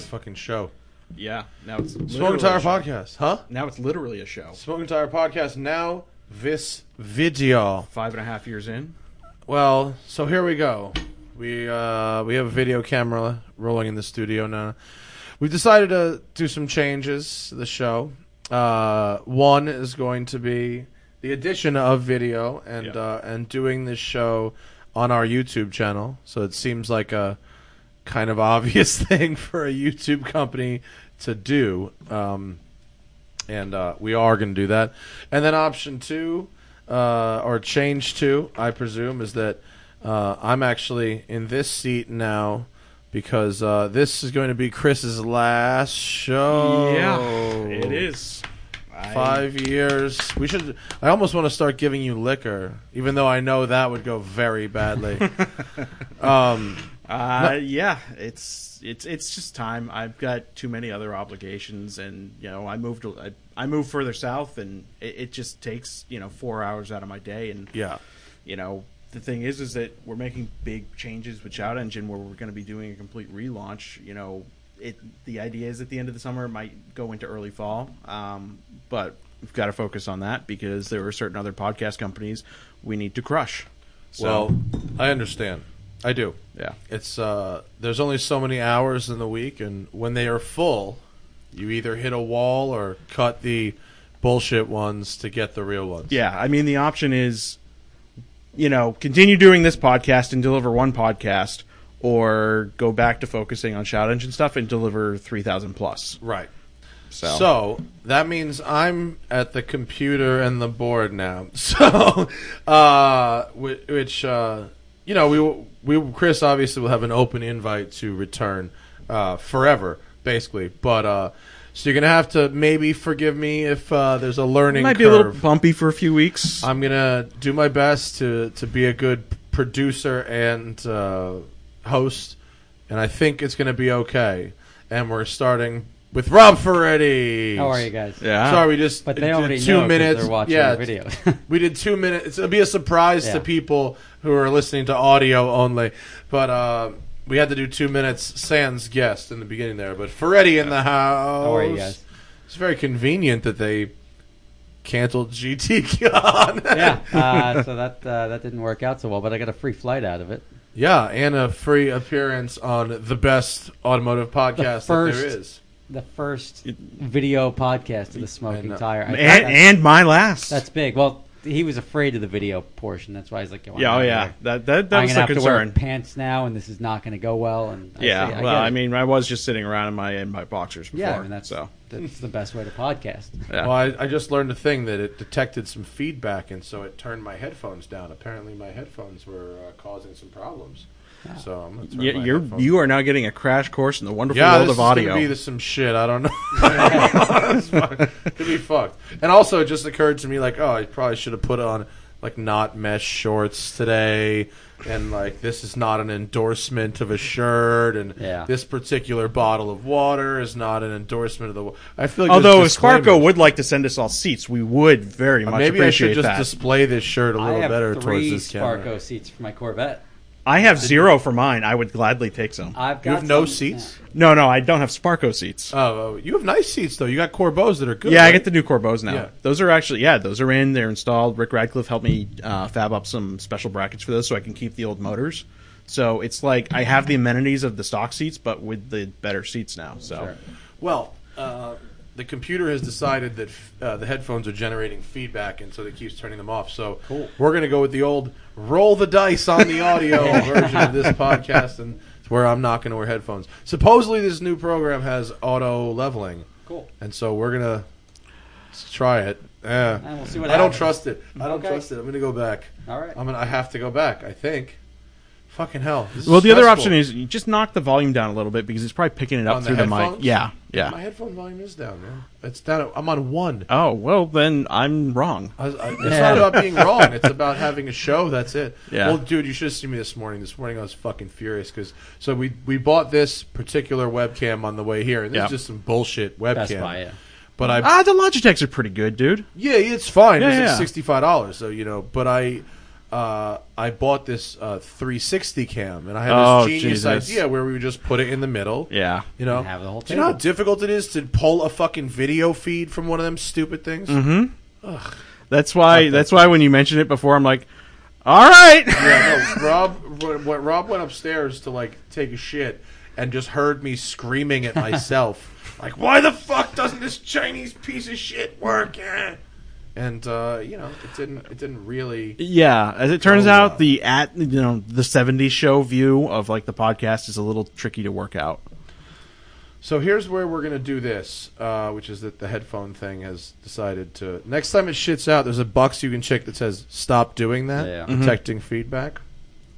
fucking show. Yeah, now it's Smoking literally Tire a show. Podcast, huh? Now it's literally a show. Smoking Tire Podcast now. This video. Five and a half years in. Well, so here we go. We uh, we have a video camera rolling in the studio now. We've decided to do some changes to the show. Uh, one is going to be the addition of video and Yeah. uh, and doing this show on our YouTube channel. So it seems like uh, a kind of obvious thing for a YouTube company to do. Um, and uh, we are going to do that. And then option two, uh, or change two, I presume, is that uh, I'm actually in this seat now because uh, this is going to be Chris's last show. it is. I- Five years. We should. I almost want to start giving you liquor, even though I know that would go very badly. um, Uh, Yeah, it's it's it's just time. I've got too many other obligations, and you know, I moved I, I moved further south, and it, it just takes you know four hours out of my day, and yeah. you know. The thing is, is that we're making big changes with Shout Engine, where we're going to be doing a complete relaunch. You know, it. The idea is at the end of the summer it might go into early fall, um, but we've got to focus on that because there are certain other podcast companies we need to crush. So, well, I understand. I do. yeah, It's uh, there's only so many hours in the week, and when they are full, you either hit a wall or cut the bullshit ones to get the real ones. Yeah, I mean the option is, you know, continue doing this podcast and deliver one podcast, or go back to focusing on Shout Engine stuff and deliver three thousand plus. Right. So, So. that means I'm at the computer and the board now. So, uh, whi- which uh, you know, we we Chris obviously will have an open invite to return uh, forever, basically. But uh, so you're gonna have to maybe forgive me if uh, there's a it learning might curve. be a little bumpy for a few weeks. I'm gonna do my best to to be a good producer and uh, host, and I think it's gonna be okay. And we're starting with Rob Ferretti. How are you guys? yeah, Sorry, we just But did they already two know 'cause minutes. they're watching yeah, the video. we did two minutes. It'll be a surprise Yeah. to people who are listening to audio only. But uh, we had to do two minutes sans guest in the beginning there. But Ferretti in the house. How are you guys? It's very convenient that they canceled GTCon. yeah. Uh, so that uh, that didn't work out so well, but I got a free flight out of it. Yeah, and a free appearance on the best automotive podcast that first. there is. The first video podcast of the smoking know. tire. I and, thought that- and my last. that's big. Well, he was afraid of the video portion. That's why he's like, yeah, oh yeah, that that, that I'm was gonna the have to wear concern. pants now, and this is not going to go well. And I yeah, see- I well, get I it. mean, I was just sitting around in my in my boxers before. yeah, I mean that's so. that's the best way to podcast. Yeah. Well, I, I just learned a thing that it detected some feedback, and so it turned my headphones down. Apparently, my headphones were uh, causing some problems. So I'm gonna turn Y- my You're headphones- you are now getting a crash course in the wonderful yeah, world this of is audio. gonna be the- some shit. I don't know. It's fuck- Could be fucked. And also, it just occurred to me like, oh, I probably should have put on like not mesh shorts today, and like this is not an endorsement of a shirt, and Yeah. this particular bottle of water is not an endorsement of the. wa- I feel like Although if there's disclaimers. Sparko would like to send us all seats, we would very much maybe I appreciate should just that. display this shirt a I little have better towards three this camera. Sparko seats for my Corvette. I have zero for mine. I would gladly take some. I've got You have no some- seats. No, no, I don't have Sparko seats. Oh, oh, you have nice seats though. You got Corbeaus that are good. yeah, I right? get the new Corbos now. Yeah. Those are actually, yeah, those are in. They're installed. Rick Radcliffe helped me uh, fab up some special brackets for those so I can keep the old motors. So it's like I have the amenities of the stock seats, but with the better seats now. So Sure. Well, uh, the computer has decided that f- uh, the headphones are generating feedback, and so it keeps turning them off. So we're going to go with the old roll the dice on the audio version of this podcast, and it's where I'm not going to wear headphones. Supposedly, this new program has auto leveling, Cool. and so we're going to try it. Yeah. And we'll see what I don't happens. trust it. I don't Okay. trust it. I'm going to go back. All right. I'm gonna, I have to go back. I think. Fucking hell. This is well, the other stressful. option is you just knock the volume down a little bit because it's probably picking it up On the through the, mic. headphones? Yeah, My yeah. headphone volume is down, man. It's down. At, I'm on one. Oh well, then I'm wrong. I was, I, it's Yeah. not about being wrong. It's about having a show. That's it. Yeah. Well, dude, you should have seen me this morning. This morning I was fucking furious because so we we bought this particular webcam on the way here, and this Yeah. is just some bullshit webcam. Best Buy. Yeah. But I Ah, the Logitechs are pretty good, dude. yeah, it's fine. Yeah, it's yeah. like sixty five dollars, so you know. But I uh, I bought this uh, 360 cam, and I had Oh, this genius Jesus. idea where we would just put it in the middle. Yeah. You know, And have the whole do you know how table. difficult it is to pull a fucking video feed from one of them stupid things? Mm-hmm. That's why. That's why when you mentioned it before, I'm like, all right. Yeah, no, Rob. When when Rob went upstairs to like take a shit and just heard me screaming at myself, like, "Why the fuck doesn't this Chinese piece of shit work?" Eh? And uh, you know, it didn't. It didn't really. Yeah, as it turns Oh, out, wow. the at you know the '70s show view of like the podcast is a little tricky to work out. So here's where we're gonna do this, uh, which is that the headphone thing has decided to. Next time it shits out, there's a box you can check that says "Stop doing that," Yeah. Mm-hmm. Mhm. protecting feedback.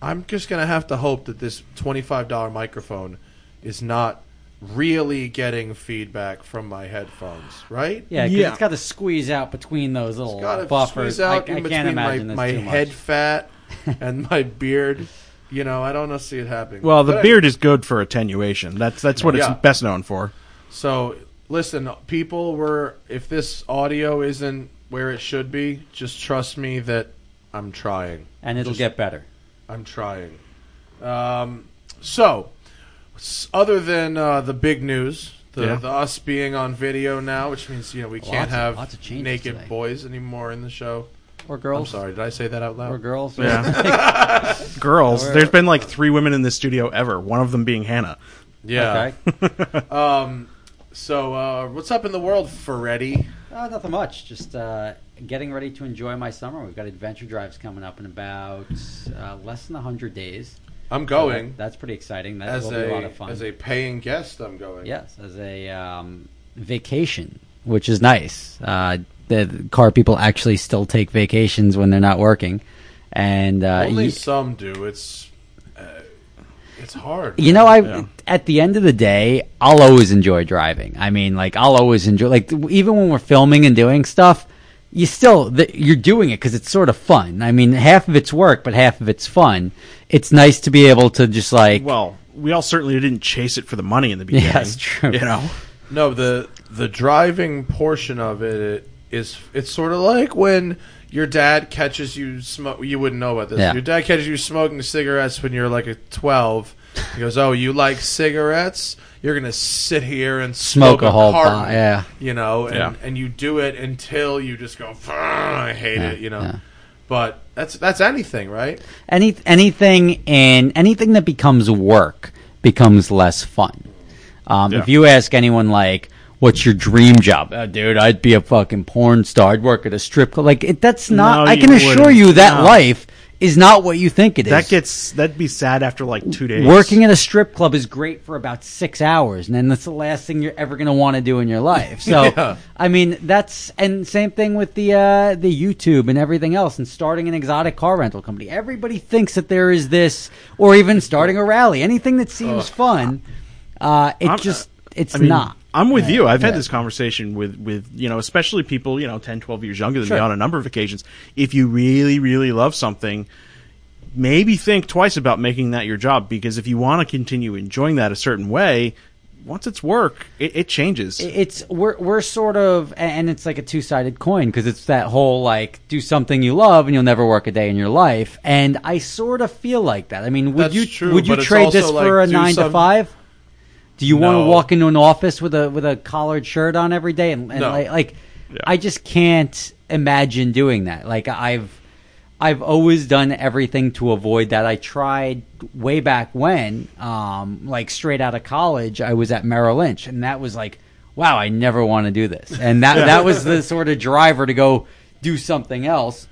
I'm just gonna have to hope that this twenty-five dollar microphone is not really getting feedback from my headphones, right? Yeah, 'cause Yeah. it's got to squeeze out between those little Gotta buffers. squeeze out I, I in can't between my, imagine this my too head much. fat and my beard. You know, I don't see it happening. Well, the But I- beard is good for attenuation. That's that's what Yeah. it's best known for. So listen, people, we're if this audio isn't where it should be, just trust me that I'm trying. and it'll Just- get better. I'm trying. Um, so, s- other than uh, the big news, the, Yeah. the us being on video now, which means you know we can't Lots of- have lots of changes naked today. boys anymore in the show. Or girls. I'm sorry, did I say that out loud? Or girls. Yeah. Girls, Or- there's been like three women in this studio ever. One of them being Hannah. Yeah. Okay. Um, so, uh, what's up in the world, Ferretti? Uh, nothing much. Just uh, getting ready to enjoy my summer. We've got adventure drives coming up in about uh, less than 100 days. I'm So that- going that's pretty exciting. That as will be a lot a, of fun. as a paying guest. I'm going. yes, as a um, vacation, which is nice. Uh, the, the car people actually still take vacations when they're not working. And uh, Only y- some do. It's uh, it's hard. You know, I Yeah. at the end of the day, I'll always enjoy driving. I mean, like I'll always enjoy like th- even when we're filming and doing stuff, you still th- you're doing it because it's sort of fun. I mean, half of it's work, but half of it's fun. It's nice to be able to just like Well, we all certainly didn't chase it for the money in the beginning. Yeah, it's true. You know, No, the the driving portion of it, it is it's sort of like when your dad catches you smoke. You wouldn't know about this. Yeah. Your dad catches you smoking cigarettes when you're like a twelve. He goes, "Oh, you like cigarettes? You're gonna sit here and smoke, Smoke a whole carton, bo- yeah. you know, and, Yeah. and you do it until you just go, "Fuck, I hate Yeah, it, you know. yeah. But that's that's anything, right? any anything and anything that becomes work becomes less fun. Um, If Yeah. you ask anyone like, "What's your dream job?" Uh, dude, I'd be a fucking porn star. I'd work at a strip club. Like it, that's not. No, I you can assure wouldn't. you that No. life is not what you think it is. that gets that'd be sad after like two days Working at a strip club is great for about six hours, and then that's the last thing you're ever going to want to do in your life. So, Yeah. I mean, that's and same thing with the uh, the YouTube and everything else, and starting an exotic car rental company. Everybody thinks that there is this, or even starting a rally, anything that seems fun. Uh, it I'm- just it's I mean, not. I'm with you. I've had Yeah. this conversation with, with, you know, especially people, you know, 10, 12 years younger than Sure. me on a number of occasions. If you really, really love something, maybe think twice about making that your job because if you want to continue enjoying that a certain way, once it's work, it, it changes. it's we're we're sort of and it's like a two-sided coin because it's that whole like do something you love and you'll never work a day in your life and i sort of feel like that i mean would That's you true, would you but it's trade this also for like, a do 9 to some- 5 do you want No. to walk into an office with a with a collared shirt on every day and, and No. like, like Yeah. i just can't imagine doing that like i've I've always done everything to avoid that. I tried way back when, um, like straight out of college, I was at Merrill Lynch, and that was like, wow, I never want to do this. And that that was the sort of driver to go do something else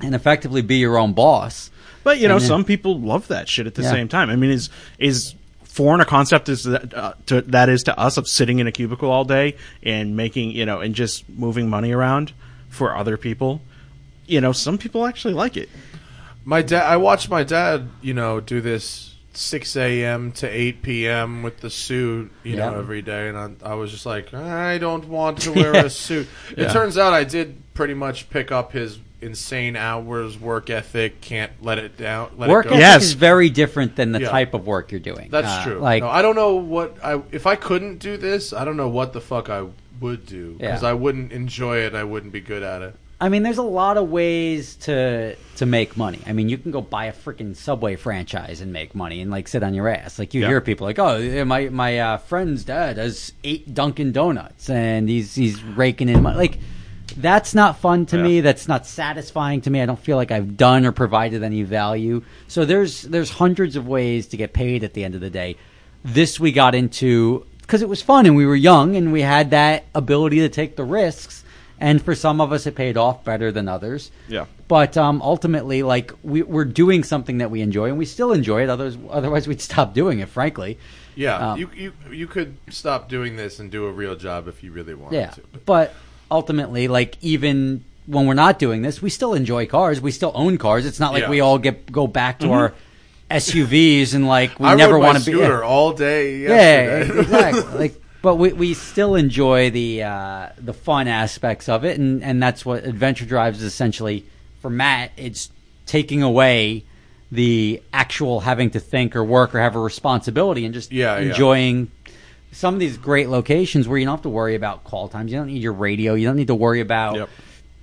and effectively be your own boss. But you know, And then- some people love that shit at the Yeah. same time. I mean, is is foreign a concept is that, uh, to, that is to us of sitting in a cubicle all day and making you know and just moving money around for other people. You know, some people actually like it. My dad, I watched my dad, you know, do this 6 a.m. to 8 p.m. with the suit, you know, Yeah. every day, and I, I was just like, I don't want to wear Yeah. a suit. It Yeah. turns out I did pretty much pick up his insane hours work ethic. Can't let it down. Let work it go. ethic Yes. is very different than the Yeah. type of work you're doing. that's Uh, true. Like no, I don't know what I if I couldn't do this, I don't know what the fuck I would do because Yeah. I wouldn't enjoy it. I wouldn't be good at it. I mean, there's a lot of ways to to make money. I mean, you can go buy a freaking Subway franchise and make money and like sit on your ass. Like you Yeah. hear people like, "Oh, yeah, my my uh, friend's dad has eight Dunkin' Donuts and he's he's raking in money." Like that's not fun to Yeah. me. That's not satisfying to me. I don't feel like I've done or provided any value. So there's there's hundreds of ways to get paid at the end of the day. This we got into because it was fun and we were young and we had that ability to take the risks. And for some of us, it paid off better than others. Yeah. But um, ultimately, like we, we're doing something that we enjoy, and we still enjoy it. Others, otherwise, we'd stop doing it. Frankly, Yeah, Um, you, you you could stop doing this and do a real job if you really wanted yeah. to. But, ultimately, like even when we're not doing this, we still enjoy cars. We still own cars. It's not like Yeah. Mm-hmm. we all get go back to our SUVs and like we I never rode my want to be. scooter all day. yeah, Yesterday. exactly. like, but we, we still enjoy the uh, the fun aspects of it, and, and that's what Adventure Drives is essentially for Matt. It's taking away the actual having to think or work or have a responsibility, and just Yeah, yeah. enjoying some of these great locations where you don't have to worry about call times. You don't need your radio. You don't need to worry about Yep.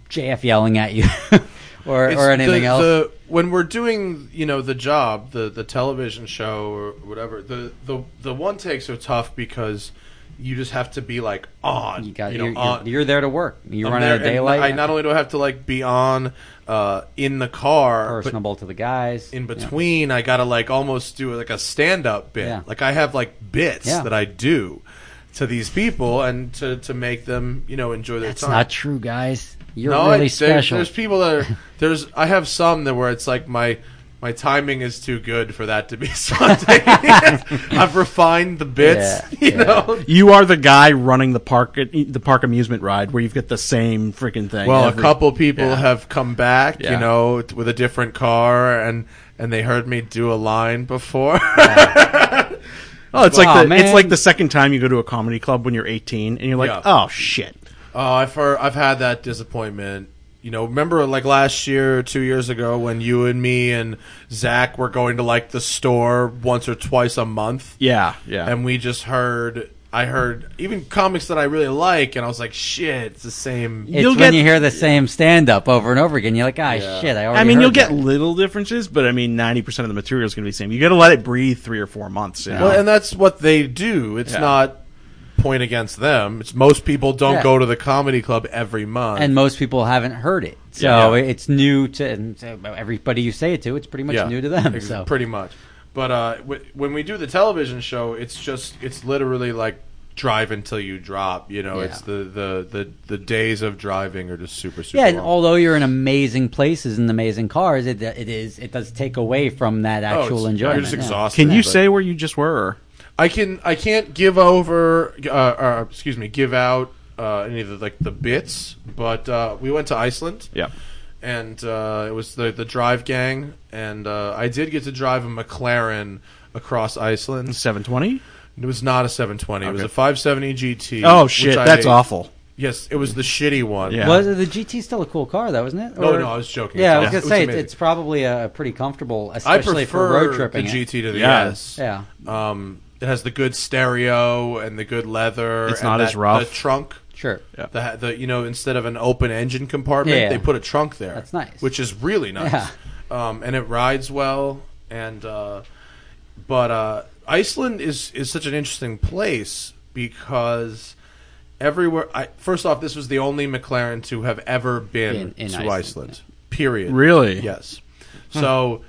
JF yelling at you or, It's or anything the- else. the- when we're doing, you know, the job, the the television show or whatever, the the the one takes are tough because you just have to be like on. you got, you you know, are on. you're, you're there to work. You I'm run out of there, and daylight. I not only do I have to like be on uh, in the car, but personable to the guys in Yeah. between I gotta like almost do like a stand up bit. Yeah. Like I have like bits Yeah. that I do to these people and to to make them you know enjoy their That's time. not true, guys. You're no, really I, special. There's, there's people that are there's I have some that where it's like my. My timing is too good for that to be something. I've refined the bits, Yeah, you yeah. know. You are the guy running the park uh, the park amusement ride where you've got the same freaking thing. Well, every- a couple people yeah. have come back, you Yeah. know, t- with a different car, and and they heard me do a line before. Oh, it's Wow, like the man. it's like the second time you go to a comedy club when you're 18 and you're like, Yeah. oh shit. Oh, I've heard, I've had that disappointment. You know, remember like last year, two years ago, when you and me and Zach were going to like the store once or twice a month, Yeah, yeah. and we just heard. I heard even comics that I really like, and I was like, "Shit, it's the same." it's you'll get- when you hear the same stand up over and over again. You're like, ah, shit, I already I mean, heard you'll get that." little differences, but I mean, 90 percent of the material is going to be the same. You got to let it breathe three or four months. You know? Well, and that's what they do. It's Yeah. not point against them. It's most people don't Yeah. go to the comedy club every month. And most people haven't heard it. Yeah. So it's new to and so everybody you say it to, it's pretty much new to them. Ex- So. pretty much. But uh, w- when we do the television show, it's just it's literally like drive until you drop. You know, Yeah. it's the, the the the days of driving are just super super. yeah, and long. although you're in amazing places and amazing cars, it it is it does take away from that Oh, it's- actual enjoyment. You're just yeah. exhausted. Can you but- say where you just were? I can I can't give over uh, uh, excuse me give out uh, any of the like the bits, but uh, we went to Iceland. Yeah. and uh, it was the the drive gang, and uh, I did get to drive a McLaren across Iceland. 720. It was not a 720. It was Okay. a 570 GT. Oh which shit, I that's hate. awful. Yes, it was the shitty one. Yeah. Was the GT still a cool car though, isn't it? No, Or- no, I was joking. Yeah, I was It's- gonna it say amazing. it's probably a pretty comfortable, I especially prefer for road tripping. the it. GT to the Yeah. S. Yeah. Um, it has the good stereo and the good leather. It's and not that- as rough. The trunk. Sure. Yeah. The, the you know instead of an open engine compartment, Yeah. they put a trunk there. That's nice. which is really nice. Yeah. Um, and it rides well. And uh, but uh, Iceland is is such an interesting place because everywhere. I, first off, this was the only McLaren to have ever been In- in to Iceland, Iceland. Period. Really? Yes. So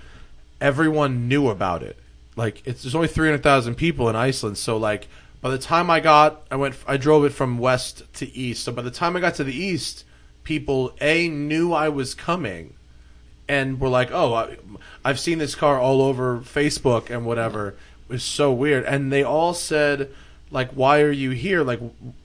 everyone knew about it. Like it's there's only 300,000 people in Iceland, so like by the time I got I went I drove it from west to east. So by the time I got to the east, people a knew I was coming and were like, "Oh, I, I've seen this car all over Facebook and whatever." It was so weird. And they all said like, "Why are you here?" Like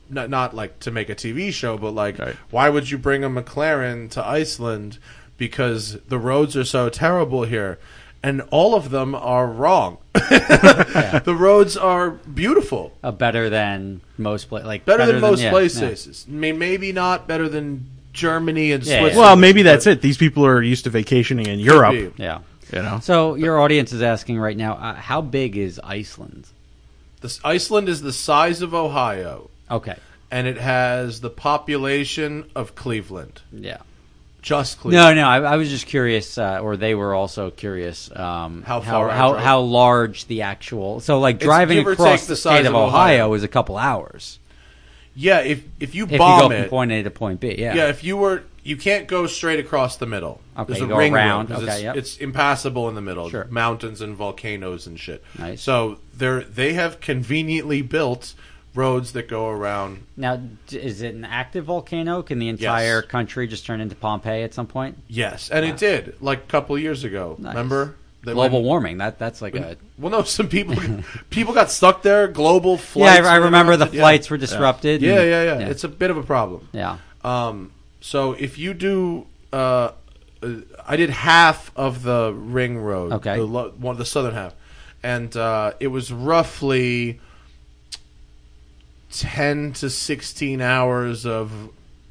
not not like to make a TV show, but like, Right. "Why would you bring a McLaren to Iceland because the roads are so terrible here?" And all of them are wrong. The roads are beautiful. Uh, better than most pla- like Better, than, most yeah, places. May Maybe not better than Germany and Yeah, yeah. Switzerland. Well, maybe that's it. These people are used to vacationing in Europe. be. Yeah. You know. yeah. So your audience is asking right now, uh, how big is Iceland? This Iceland is the size of Ohio, Okay. and it has the population of Cleveland. Yeah. just Cleveland? No, no. I, I was just curious, uh, or they were also curious um, How how far I how, drove. how large the actual. So, like driving give or across take the the size state of of Ohio. Ohio is a couple hours Yeah, if if you if bomb you go it, from point A to point B. Yeah, Yeah, if you were, you can't go straight across the middle. Okay, There's a you go ring around. road, 'cause Okay, it's, yep. it's impassable in the middle. Sure. Mountains and volcanoes and shit. Nice. So they're they have conveniently built roads that go around. Now, d- is it an active volcano? Can the entire Yes. country just turn into Pompeii at some point? Yes, and it did like a couple years ago. Nice. Remember That Global when- warming. That that's like a. Well, no, some people people got stuck there. Global Yeah, flights. I, I were remember the interrupted. Yeah. flights were disrupted. Yeah, and- yeah, yeah, yeah. It's a bit of a problem. Yeah. Um, so if you do, uh, uh, I did half of the ring road, Okay. the lo- one the southern half, and uh, it was roughly ten to sixteen hours of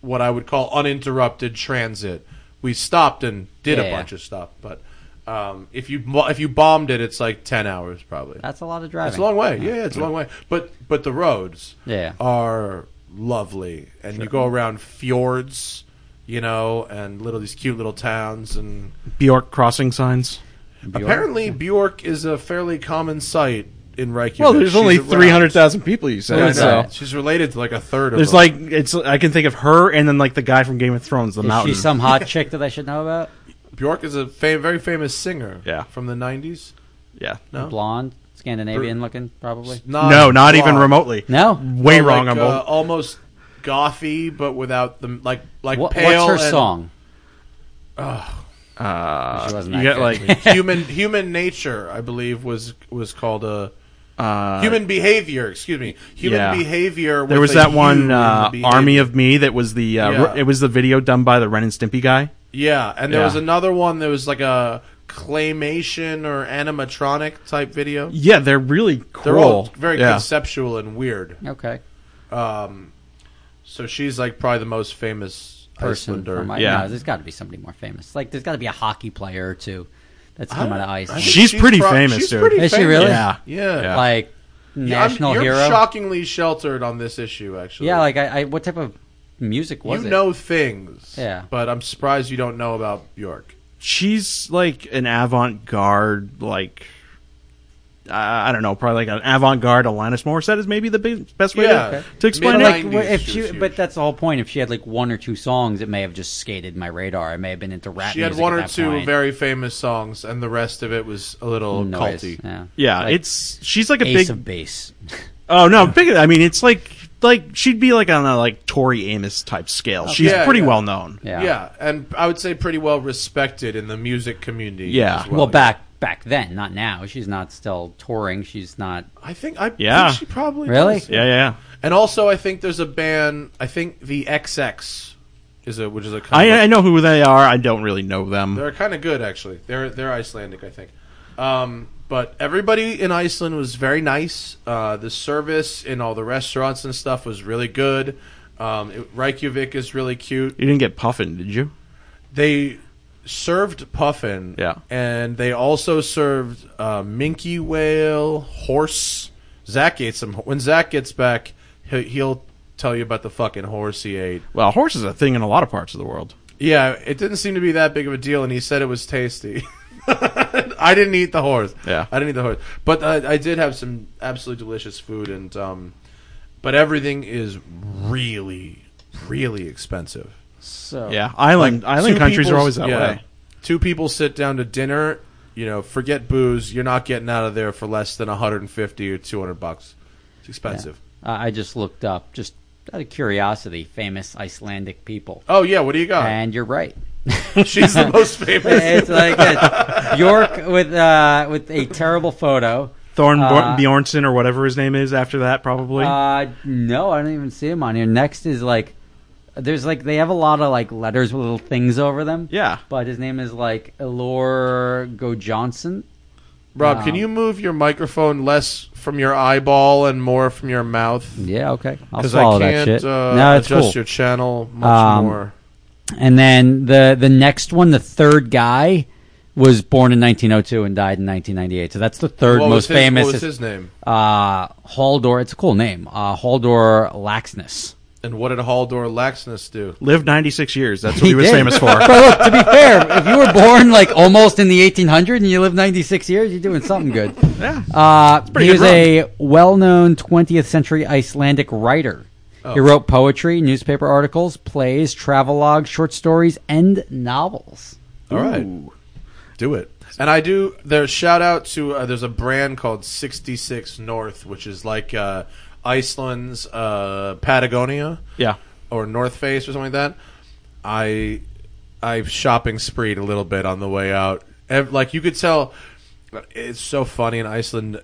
what I would call uninterrupted transit. We stopped and did Yeah, a yeah. bunch of stuff, but um, if you bo- if you bombed it, it's like ten hours probably. That's a lot of driving. It's a long way. Yeah, yeah, it's a long way. But but the roads Yeah. are lovely, and you go around fjords, you know, and little these cute little towns. And Bjork crossing signs. Bjork. apparently Bjork is a fairly common sight in Reykjavik. Well, there's She's only around. three hundred thousand people. You Yeah, I said know. so. Right. She's related to like a third of. There's them. like it's. I can think of her, and then like the guy from Game of Thrones, the Is mountain. she some hot chick that I should know about? Bjork is a fam- very famous singer. Yeah. from the '90s. yeah. No, Blonde, Scandinavian looking, probably. Not no, not even blonde. remotely. No. Way But, wrong like, on uh, both. almost gothy, but without the like like What, pale. what's her and- song? Uh, she wasn't you that got good. like human human nature, I believe, was was called a uh, human behavior. Excuse me, human yeah. behavior. There was with a that U in one the uh, behavior. Army of Me that was the uh, Yeah. r- it was the video done by the Ren and Stimpy guy. Yeah, and there Yeah. was another one that was like a claymation or animatronic type video. Yeah, they're really cool. They're all very yeah. conceptual and weird. Okay. So she's like probably the most famous Person Icelander. from I- Yeah. no, there's got to be somebody more famous. Like, there's got to be a hockey player or two that's I- come out of Iceland. I think She's pretty prob- famous, she's dude. pretty Is she famous. really? Yeah. Yeah. Yeah. like Yeah, I'm- national you're hero. shockingly sheltered on this issue, actually. Yeah, like I, I, what type of music was you it? know things. Yeah. but I'm surprised you don't know about Bjork. She's like an avant garde, like I I don't know, probably like an avant garde Alanis Morissette is maybe the big, best way Yeah. to, Okay. to explain Mid- it. like, Like, 90s, wh- if she she, was huge. but that's the whole point. If she had like one or two songs, it may have just skated my radar. I may have been into rap. She had music one at or that two point. very famous songs, and the rest of it was a little Noise, culty. Oh, Yeah, Yeah, Like, it's she's like a ace big. of bass. oh no, big. I mean, it's like like she'd be like on a like Tori Amos type scale. She's Yeah, pretty yeah. well known. Yeah. and I would say pretty well respected in the music community. Yeah. as Well, well, back back then, not now. She's not still touring. She's not. I think I Yeah. think she probably Really? does. Yeah, yeah. yeah. And also, I think there's a band. I think the XX is a which is a kind I, of, I know who they are. I don't really know them. They're kind of good actually. They're they're Icelandic, I think. Um, but everybody in Iceland was very nice. Uh, the service in all the restaurants and stuff was really good. Um, it- Reykjavik is really cute. You didn't get Puffin, did you? They served puffin. Yeah. And they also served uh, minke whale, horse. Zach ate some. When Zach gets back, he- he'll tell you about the fucking horse he ate. Well, horse is a thing in a lot of parts of the world. Yeah, it didn't seem to be that big of a deal, and he said it was tasty. I didn't eat the horse. Yeah. I didn't eat the horse, but uh, I did have some absolutely delicious food, and um, but everything is really, really expensive. So Yeah, island island two countries are always people's- that yeah. way. Two people sit down to dinner. You know, forget booze. You're not getting out of there for less than 150 or 200 bucks. It's expensive. uh, I just looked up, just out of curiosity, famous Icelandic people, Oh yeah, what do you got? and you're right. She's the most famous. it's like that. York with uh, with a terrible photo. Thorn Bor- Uh, Bjornsson or whatever his name is after that, probably. Uh, no, I don't even see him on here. Next is like, there's like they have a lot of like letters with little things over them. yeah. But his name is like Elor Go Johnson. Rob, can Wow. you move your microphone less from your eyeball and more from your mouth? Yeah, okay. I'll Because swallow I can't that shit. Uh, no, it's adjust cool. your channel much Um, more. And then the the next one, the third guy, was born in 1902 and died in 1998. So that's the third What was most his, famous. What was his name? Uh, Haldor. It's a cool name. Uh, Haldor Laxness. And what did Haldor Laxness do? Lived 96 years. That's what he, was did. famous for. But look, to be fair, if you were born like almost in the 1800s and you live 96 years, you're doing something good. yeah. Uh, pretty he good was a well-known 20th century Icelandic writer. Oh. He wrote poetry, newspaper articles, plays, travelogues, short stories, and novels. All right, Ooh. do it. And I do. There's shout out to. Uh, there's a brand called 66 North, which is like uh, Iceland's uh, Patagonia. Yeah. or North Face or something like that. I I shopping spreed a little bit on the way out. Ev- Like you could tell, it's so funny in Iceland.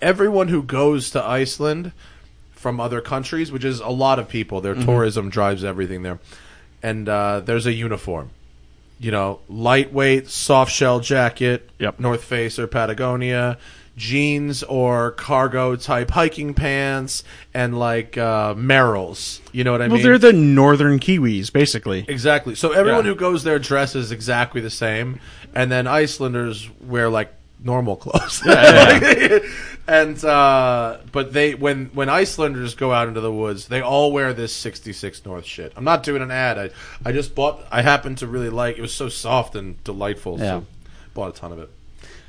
Everyone who goes to Iceland from other countries, which is a lot of people, their tourism drives everything there. And uh, there's a uniform, you know, lightweight soft shell jacket, Yep. North Face or Patagonia, jeans or cargo type hiking pants, and like uh, Merrells. You know what I Well, mean? they're the northern Kiwis, basically. Exactly. So everyone Yeah. who goes there dresses exactly the same, and then Icelanders wear like normal clothes. and uh, but they when when Icelanders go out into the woods, they all wear this sixty six North shit. I'm not doing an ad. I I just bought. I happened to really like. It was so soft and delightful. Yeah. So bought a ton of it.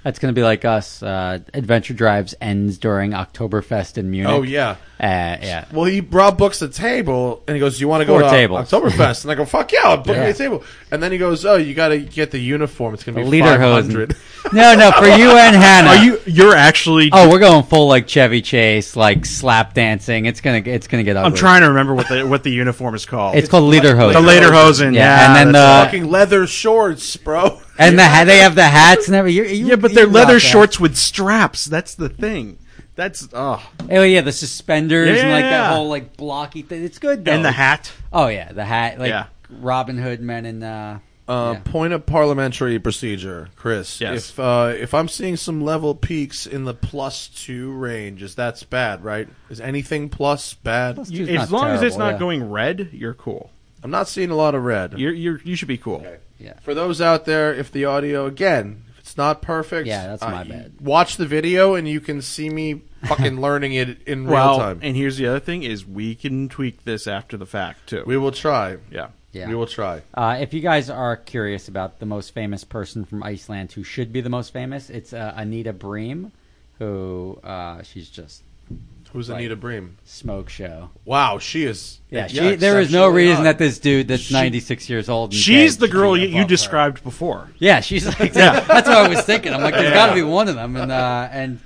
That's going to be like us. Uh, Adventure Drives ends during Oktoberfest in Munich. Oh yeah. Uh, yeah. Well, he Rob books a table, and he goes, "Do you want to go Four to tables. Oktoberfest?" And I go, "Fuck yeah, I'll book Yeah. me a table." And then he goes, "Oh, you got to get the uniform. It's gonna be Leader five hose. hundred. No, no, for you and Hannah. Are you? You're actually. Oh, we're going full like Chevy Chase, like slap dancing. It's gonna it's gonna get ugly. I'm trying to remember what the what the uniform is called. It's called Lederhosen. the Lederhosen. Yeah, Yeah, and that's then the- right. fucking leather shorts, bro. Uh, and the ha- they have the hats and everything. You- you- yeah, but you they're rock leather that. shorts with straps. That's the thing. That's oh, Oh yeah, the suspenders and like that Yeah. whole like blocky thing. It's good though. and the hat. Oh yeah, the hat. Like Yeah. Robin Hood men and uh, Uh, yeah. Point of parliamentary procedure, Chris. Yes. If uh, if I'm seeing some level peaks in the plus two range, is that's bad, right? Is anything plus bad? It's as not long as it's terrible, not yeah. going red, you're cool. I'm not seeing a lot of red. You're, you're you should be cool. yeah. For those out there, if the audio again, if it's not perfect, Yeah, that's uh, my you bad. Watch the video, and you can see me fucking learning it in real Well, time. and here's the other thing: is we can tweak this after the fact too. We will try. yeah, Yeah. We will try. Uh, if you guys are curious about the most famous person from Iceland who should be the most famous, it's uh, Anita Bream, who uh, she's just Who's Right. Anita Bream? smoke show. Wow, she is. Yeah, she, there is no exceptionally reason hot. that this dude that's 96 years old. And she's dead the should girl be you, above you her. described before. Yeah, she's like Yeah. that's what I was thinking. I'm like, there's got to be one of them, and uh, and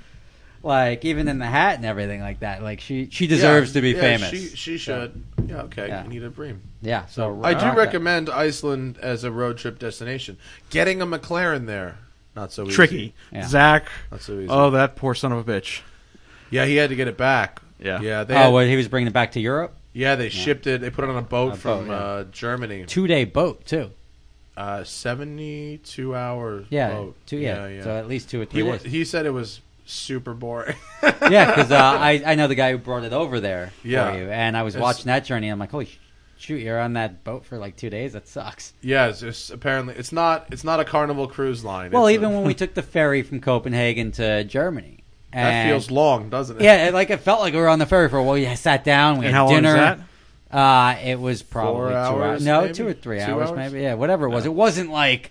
like even in the hat and everything like that, like she she deserves Yeah, to be yeah, famous. She, she should. Yeah, okay. Yeah. Anita Bream. yeah, so I rock do that. recommend Iceland as a road trip destination. Getting a McLaren there, not so easy. Tricky, Yeah. Zach. Not so easy. Oh, that poor son of a bitch. Yeah, he had to get it back. Yeah. yeah. They Oh, had- well, he was bringing it back to Europe. yeah, they shipped it. They put it on a boat A from boat, yeah. uh, Germany. Two day boat too. Uh, Seventy-two hours. Yeah, boat. two. Yeah, so at least two or he three. wa- days. he said it was super boring. yeah, because uh, I I know the guy who brought it over there Yeah. for you, and I was It's- watching that journey. and I'm like, holy sh- shoot, you're on that boat for like two days. That sucks. yeah, it's, it's apparently it's not it's not a Carnival Cruise Line. Well, It's a- even when we took the ferry from Copenhagen to Germany, that and- feels long, doesn't it? Eh. Yeah, it, like it felt like we were on the ferry for a while. We sat down, we And had how long dinner. was that? Uh, it was probably Four two hours, hours. No, maybe? two or three Two hours, hours? maybe. Yeah, whatever it was. It wasn't like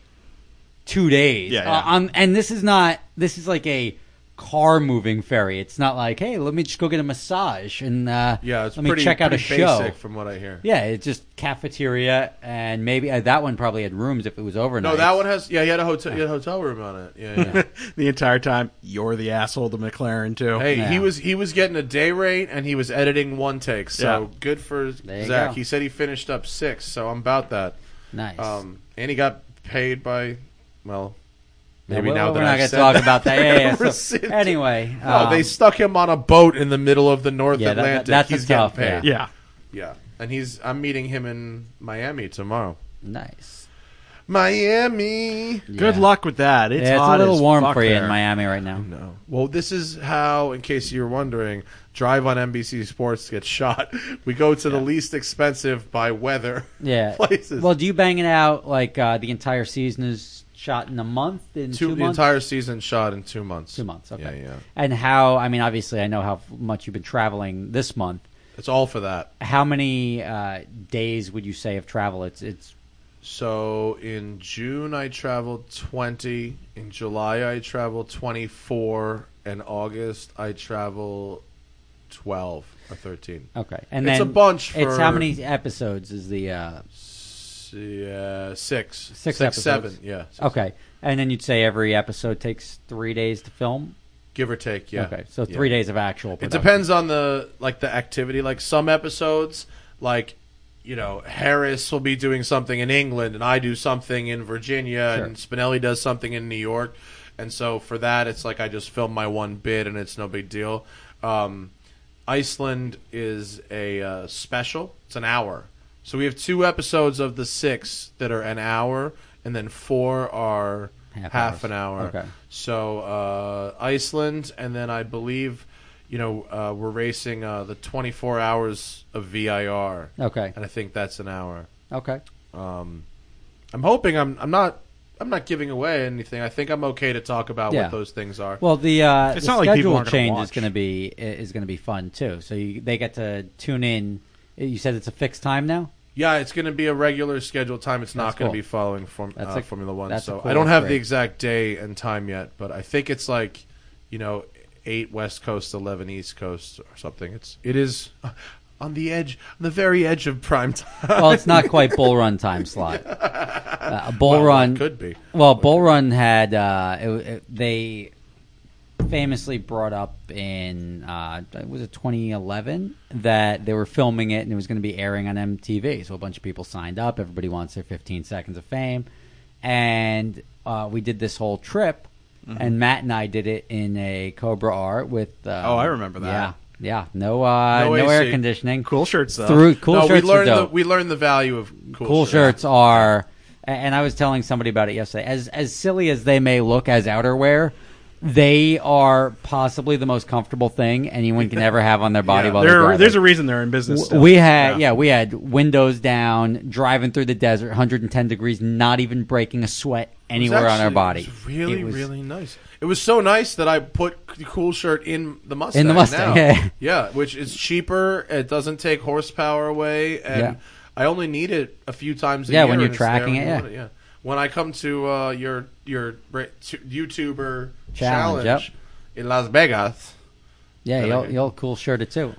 two days. Yeah, Uh, yeah. um, and this is not. This is like a car moving ferry. It's not like, hey, let me just go get a massage and uh, yeah. It's let me pretty, check out a pretty show. basic from what I hear. Yeah, it's just cafeteria and maybe uh, that one probably had rooms if it was overnight. No, that one has. Yeah, he had a hotel. He had a hotel room on it. Yeah. yeah. the entire time, you're the asshole to McLaren too. Hey, Yeah. he was he was getting a day rate and he was editing one take. So Yeah. good for There you Zach. go. He said he finished up six. So I'm about that. nice. Um, and he got paid by, well, maybe we're, now we're that not I've gonna said talk that. about that. Yeah, yeah, yeah. So, Rescinded. anyway, No, they um, stuck him on a boat in the middle of the North Yeah, that- that- Atlantic. that's a he's getting tough, paid. yeah. Yeah. and he's I'm meeting him in Miami tomorrow. nice. Miami. Good Yeah. luck with that. It's, Yeah, it's hot a little as warm fuck for you there. in Miami right now. No. Well, this is how, in case you were wondering, Drive on NBC Sports gets shot. We go to the least expensive by weather Yeah. places. Well, do you bang it out like uh, the entire season is shot in a month? In two, two, the months? entire season shot in two months. two months. Okay. Yeah, yeah. And how? I mean, obviously, I know how much you've been traveling this month. It's all for that. How many uh, days would you say of travel? It's it's So in June I traveled 20, in July I traveled 24, and August I travel 12 or 13. okay, and It's then a bunch It's how for- many episodes is the uh, S- yeah, 6. Six episodes. Oh. 7, yeah. six. okay? And then you'd say every episode takes three days to film. Give or take, yeah. Okay, so Yeah. three days of actual. It Production. depends on the like the activity. Like some episodes, like you know, Harris will be doing something in England, and I do something in Virginia, Sure. and Spinelli does something in New York, and so for that, it's like I just film my one bit, and it's no big deal. Um, Iceland is a uh, special; it's an hour, so we have two episodes of the six that are an hour, and then four are Half half, hours. an hour. Okay. So uh, Iceland, and then I believe, you know, uh, we're racing uh, the 24 hours of VIR, Okay, and I think that's an hour. okay, Um, I'm hoping I'm I'm not I'm not giving away anything. I think I'm okay to talk about Yeah. what those things are. Well, the, uh, It's the not like people schedule aren't gonna change is watch. going to be is going to be fun too. So you, they get to tune in. You said it's a fixed time now. yeah, it's going to be a regular scheduled time. It's That's not going cool. to be following form, That's uh, a- Formula One. that's a So cool I don't have the upgrade. exact day and time yet, but I think it's like, you know, eight West Coast, eleven East Coast, or something. It's it is. uh, On the edge, on the very edge of prime time. Well, it's not quite bull run time slot. Uh, a bull Well, it run could be. Well, bull run had uh, it, it, they famously brought up in uh, was it 2011 that they were filming it and it was going to be airing on MTV. So a bunch of people signed up. Everybody wants their 15 seconds of fame, and uh, we did this whole trip. And Matt and I did it in a Cobra R with. Uh, Oh, I remember that. Yeah, yeah. No, uh, no, No air AC. conditioning. Cool shirts though. Through cool no, shirts we were learned the dope we learned the value of cool, cool shirts. shirts are and i was telling somebody about it yesterday as as silly as they may look as outerwear they are possibly the most comfortable thing anyone can ever have on their body Yeah, while they're There, driving. there's a reason they're in business. W- Still. we had yeah. we had windows down driving through the desert 110 degrees not even breaking a sweat It was anywhere on our actually- body It was really, It was- really nice. It was so nice that I put c- cool shirt in the Mustang. In the Mustang, now. yeah. yeah, which is cheaper. It doesn't take horsepower away, and Yeah. I only need it a few times. a Yeah, year, when you're and it's there tracking when it, you yeah. want yeah. When I come to uh, your your ra- t- YouTuber Challenge, challenge, in Las Vegas, yeah Really you'll, good. you'll cool shirt it too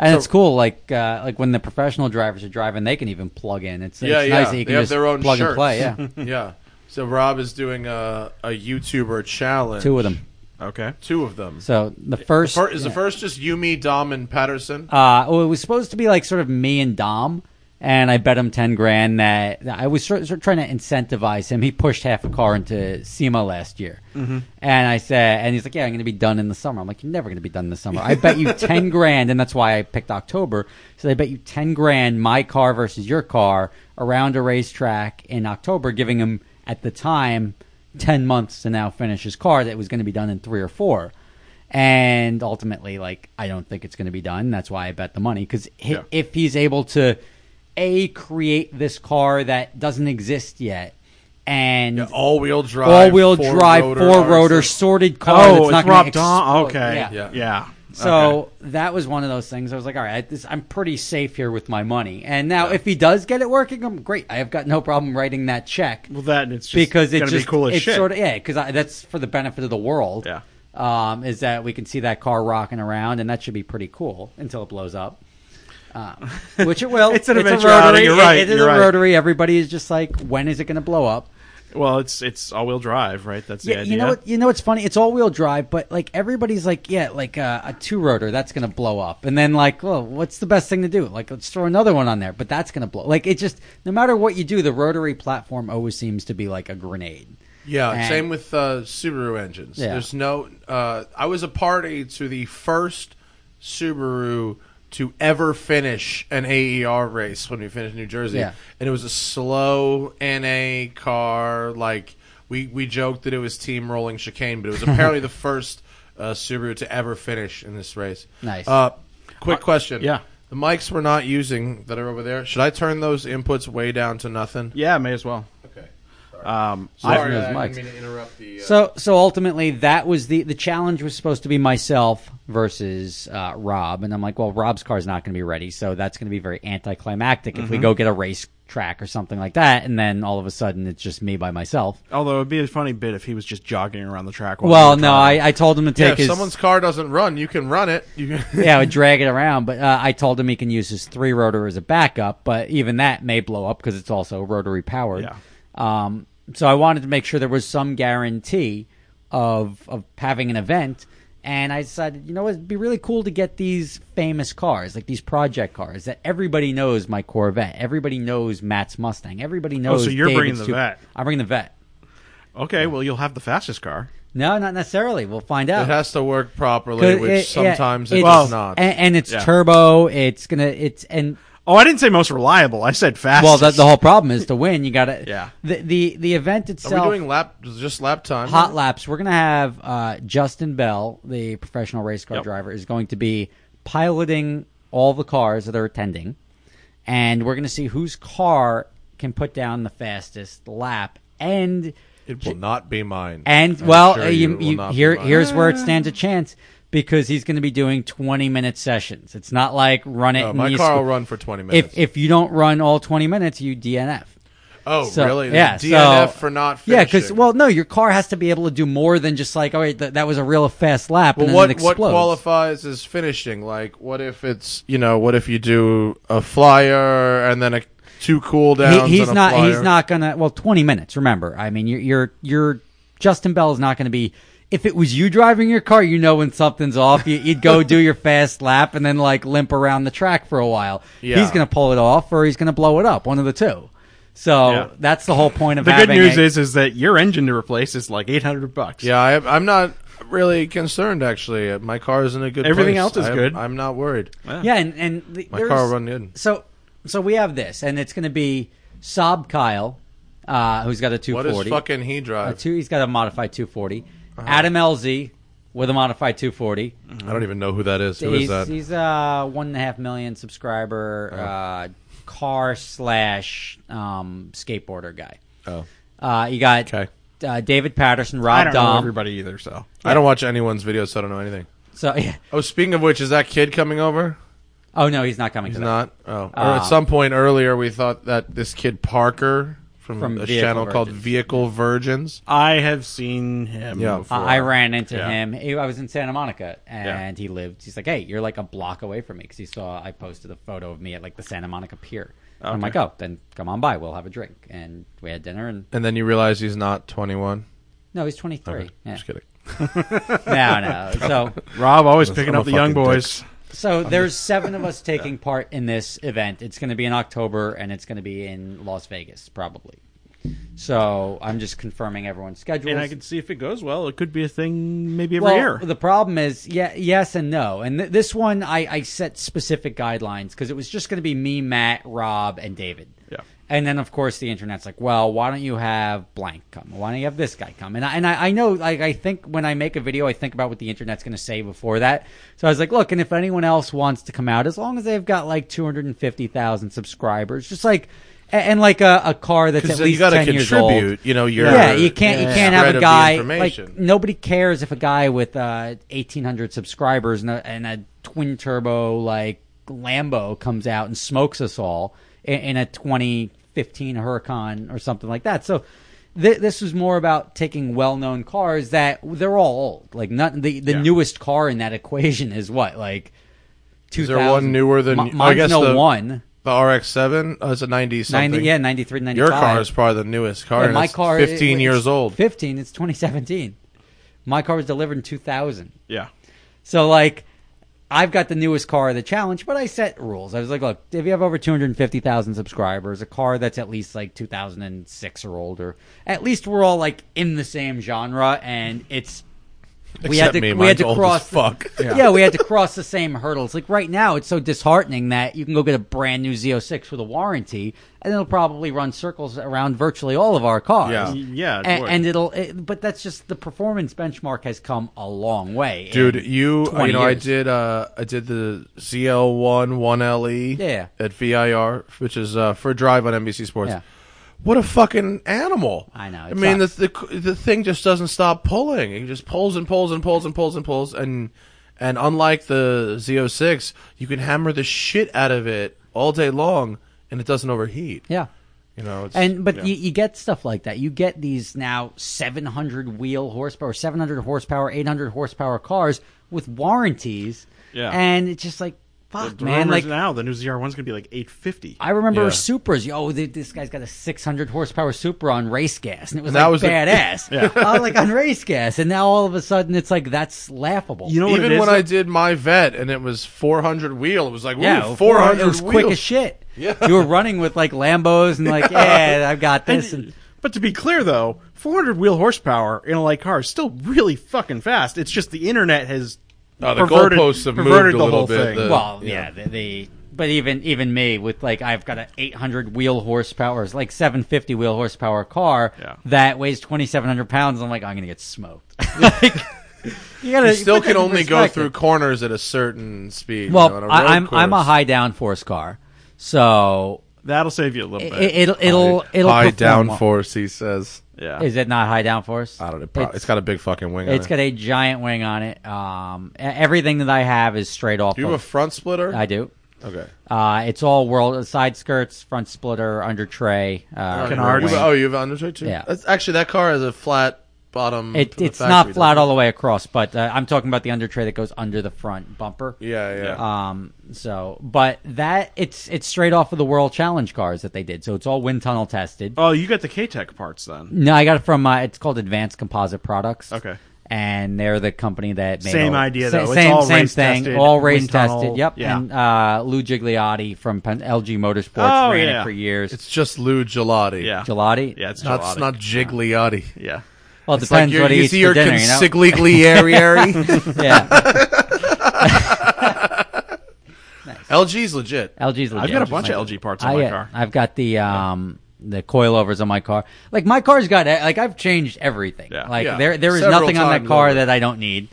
and So- it's cool like uh, like when the professional drivers are driving they can even plug in it's, yeah, it's yeah, nice that they you can have just their own plug shirts. and play yeah yeah. So Rob is doing a a YouTuber challenge. two of them Okay. Two of them. so the first Fir- is yeah. the first just Yumi, Dom, and Patterson? Uh, well, it was supposed to be like sort of me and Dom, and I bet him ten grand that that I was sort, sort of trying to incentivize him. He pushed half a car into SEMA last year, Mm-hmm. and I said, and he's like, "Yeah, I'm going to be done in the summer." I'm like, "You're never going to be done in the summer." I bet you ten grand, and that's why I picked October. So I bet you ten grand, my car versus your car around a racetrack in October, giving him at the time. 10 months to now finish his car that was going to be done in three or four and ultimately like i don't think it's going to be done that's why i bet the money because Yeah. if he's able to a create this car that doesn't exist yet and All wheel drive. all wheel drive four-rotor, four rotor RC. sorted car Oh, that's it's not Rob going to Dahl. Okay. yeah. Yeah. Yeah. so Okay. that was one of those things i was like all right this, i'm pretty safe here with my money and now if he does get it working i'm great i've got no problem writing that check well, that it's just because it's gonna just be cool as it's shit. sort of yeah because that's for the benefit of the world Yeah. um, is that we can see that car rocking around and that should be pretty cool until it blows up um, which it will It's an a eventuality, rotary you're It- right, it is you're a right. rotary everybody is just like when is it going to blow up well, it's it's all wheel drive, right? That's the yeah, idea. you know what? You know what's funny? It's all wheel drive, but like everybody's like, yeah, like uh, a two rotor that's gonna blow up, and then like, well, what's the best thing to do? Like, let's throw another one on there, but that's gonna blow. Like, it just no matter what you do, the rotary platform always seems to be like a grenade. Yeah, And- same with uh, Subaru engines. Yeah. There's no. Uh, I was a party to the first Subaru to ever finish an AER race when we finished in New Jersey, Yeah. and it was a slow NA car. Like we we joked that it was team rolling chicane, but it was apparently the first uh, Subaru to ever finish in this race. Nice. Uh, quick question. yeah. The mics we're not using that are over there. Should I turn those inputs way down to nothing? Yeah, may as well. Okay. Uh, Um, Sorry, I've- I didn't mean to interrupt the. Uh, So so ultimately, that was the the challenge was supposed to be myself versus uh, Rob, and I'm like, well, Rob's car's not going to be ready, so that's going to be very anticlimactic if we go get a race track or something like that, and then all of a sudden it's just me by myself. although it'd be a funny bit if he was just jogging around the track. While Well, we were no, driving. I, I told him to yeah, take if his someone's car doesn't run, you can run it. You can, yeah, I would drag it around. But uh, I told him he can use his three rotor as a backup, but even that may blow up because it's also rotary powered. Yeah. Um, so I wanted to make sure there was some guarantee of of having an event. And I decided, you know, what, it'd be really cool to get these famous cars, like these project cars that everybody knows. My Corvette, everybody knows Matt's Mustang, everybody knows. Oh, so you're bringing David's the Super- vet. I'm bringing the vet. okay, well, you'll have the fastest car. No, not necessarily. We'll find it out. has to work properly, Good, which it- yeah, sometimes it it's- does not. and, and it's Yeah. turbo. It's gonna. It's and Oh, I didn't say most reliable. I said fastest. Well, the, the whole problem is to win. You got to Yeah. The the the event Are we itself. doing lap just lap time? hot laps. We're gonna have uh, Justin Bell, the professional race car Yep. driver, is going to be piloting all the cars that are attending, and we're gonna see whose car can put down the fastest lap. And It will not be mine. and I'm well, sure uh, it you, will you, not be here mine. here's where it stands a chance because he's going to be doing twenty minute sessions. It's not like run it. No, and Oh, my you car squ- will run for twenty minutes. If if you don't run all twenty minutes, you DNF. oh, So, really? Yeah. DNF so- for not Yeah, finishing. because well, no, your car has to be able to do more than just like, all right, th- that was a real fast lap, and Well, then it what what explodes. qualifies as finishing? Like, what if it's you know, what if you do a flyer and then a two cooldowns? He- he's and a not. Flyer? He's not gonna. Well, twenty minutes. Remember, I mean, you're you're, you're Justin Bell is not gonna be. If it was you driving your car, you know when something's off. You, you'd go do your fast lap and then like limp around the track for a while. Yeah. He's gonna pull it off, or he's gonna blow it up. One of the two. So Yeah. that's the whole point of The good having news a- is is that your engine to replace is like eight hundred bucks. Yeah, I, I'm not really concerned. Actually, my car is in a good. Everything place. else is I'm- good. I'm not worried. Yeah, and and the, My there's- car will run in. So so we have this, and it's going to be Saab Kyle, uh, who's got a two What Uh-huh. does forty. fucking he A drive? two, he's got a modified two Adam LZ with a modified two forty. I don't even know who that is. Who he's, is that? Oh. He's a one and a half million subscriber uh, car slash um, skateboarder guy. oh, Uh, you got Okay. uh, David Patterson, I Rob don't know Dom. everybody either. So I don't watch anyone's videos, so I don't know anything. So yeah. Oh, speaking of which, is that kid coming over? Oh no, Ah. he's not coming. He's to that. not. Oh, Or at some point earlier, we thought that this kid Parker from, From a Vehicle channel called Virgins. Vehicle Virgins. I have seen him. Yeah. before. Uh, I ran into Yeah. him. He- I was in Santa Monica, and he lived. He's like, "Hey, you're like a block away from me," because he saw I posted a photo of me at like the Santa Monica Pier. And I'm like, "Oh, then come on by. We'll have a drink." And we had dinner. And And then you realize he's not 21. no, he's 23. Yeah. Just kidding. No, no. So, Rob always picking I'm a up the young fucking boys. so there's seven of us taking part in this event. It's going to be in October, and it's going to be in Las Vegas, probably. So I'm just confirming everyone's schedules. And I can see if it goes well, it could be a thing maybe every well, year. The problem is, yeah, yes and no. And th- this one, I, I set specific guidelines because it was just going to be me, Matt, Rob, and David. Yeah. And then, of course, the internet's like, well, why don't you have blank come? Why don't you have this guy come? And I, and I, I know, like, I think when I make a video, I think about what the internet's going to say before that. So I was like, look, and if anyone else wants to come out, as long as they've got like 250,000 subscribers, just like, and, and like a, a car that's at Because least you got to 10 years old. contribute. You know, your Yeah, you can't you spread can't have of a the guy information. like nobody cares if a guy with uh, eighteen hundred subscribers and a, and a twin turbo like Lambo comes out and smokes us all in, in a twenty fifteen Huracan or something like that. So. thi- This was more about taking well-known cars that they're all old. Like, not the the Yeah. newest car in that equation is what like two is thousand. there one newer than? Mi- I mine's guess no the, one. The RX-7 oh, it's a 90 something. Ninety, yeah, 93, 95. Your car is probably the newest car. Yeah, and my it's car, it- 15 it- years old. 15. It's 2017. My car was delivered in 2000. yeah. So like, I've got the newest car of the challenge, but I set rules. I was like, look, if you have over 250,000 subscribers, a car that's at least like 2006 or older, at least we're all like in the same genre, and it's we had Except to me, we mine's had to old as cross fuck. yeah. we had to cross the same hurdles. Like right now, it's so disheartening that you can go get a brand new Z06 with a warranty, and it'll probably run circles aroround virtually all of our cars. Yeah. Yeah, it A- and, would. it'll. It, but that's just the performance benchmark has come a long way, Dude, in you you 20 know I years. did uh I did the ZL one E one LE Yeah. at VIR, which is uh, for drive on NBC Sports. Yeah. What a fucking animal! I know, I it mean, the, sucks. the the thing just doesn't stop pulling. It just pulls and pulls and pulls and pulls and pulls and and unlike the Z06, you can hammer the shit out of it all day long and it doesn't overheat. Yeah. You know, it's, And but yeah. you, you get stuff like that. You get these now 700 wheel horsepower, 700 horsepower, 800 horsepower cars with warranties. Yeah. And it's just like The, fuck, the man. rumors Like now, the new ZR1's gonna be like 850. I remember Yeah. Supras. Yo, th- this guy's got a 600 horsepower Supra on race gas, and it was That like was the- badass. Yeah. Uh, like on race gas, and now all of a sudden it's like that's laughable. you know what it even is? when I did my vet and it was 400 wheel, it was like, yeah, ooh, it was- 400 It was wheel. quick as shit. Yeah. you were running with like Lambos and like, yeah, I've got And- this. And, but to be clear, though, 400 wheel horsepower in a light car is still really fucking fast. It's just the internet has Oh, the perverted, goalposts have moved perverted a the little whole bit. thing. The- well, yeah. yeah, the, the but even even me with like I've got an 800 wheel horsepower, it's like 750 wheel horsepower car Yeah. that weighs 2,700 pounds. I'm like, I'm gonna get smoked. like, you gotta You still put that can in only go perspective. through corners at a certain speed. Well, you know, on a road I, I'm I'm a course. high downforce car, so That'll save you a little it, bit. it'll it'll it'll high perform well. downforce. He says, yeah. Is it not high downforce? "I don't know. Probably, it's got a big fucking wing. It's on it. got a giant wing on it. Um, e- everything that I have is straight off. Do you have a of, front splitter? I do. okay. Uh, it's all world side skirts, front splitter, under tray. Uh, Canards. You wing. have- oh, you have an undertray too. Yeah. That's, actually, that car has a flat bottom. It, from the it's not factory, flat doesn't all the way across, but uh, I'm talking about the under tray that goes under the front bumper. it? Yeah, yeah. Um. So, but that it's it's straight off of the World Challenge cars that they did. So it's all wind tunnel tested. oh, you got the K-Tech parts then. No, I got it from uh, it's called Advanced Composite Products. Okay. And they're the company that made Same all- idea, sa- though. It's Same all same race thing. tested, all race wind tunnel. tested. Yep. Yeah. And uh, Lou Gigliotti from Pen- LG Motorsports Oh, ran yeah. it for years. It's just Lou Gelati. Yeah. Gelati. Yeah, it's Not, not. it's not Gigliotti. yeah. Well, it It's like depends you're- what he you eats see for your dinner. You know. consigliere. yeah. LG's legit. LG's. I've got a bunch of LG parts on my car. uh, I've got the um the coilovers on my car. Like my car's got eh, like I've changed everything. Yeah. Like Yeah. there there is Several nothing on that time car lower. that I don't need.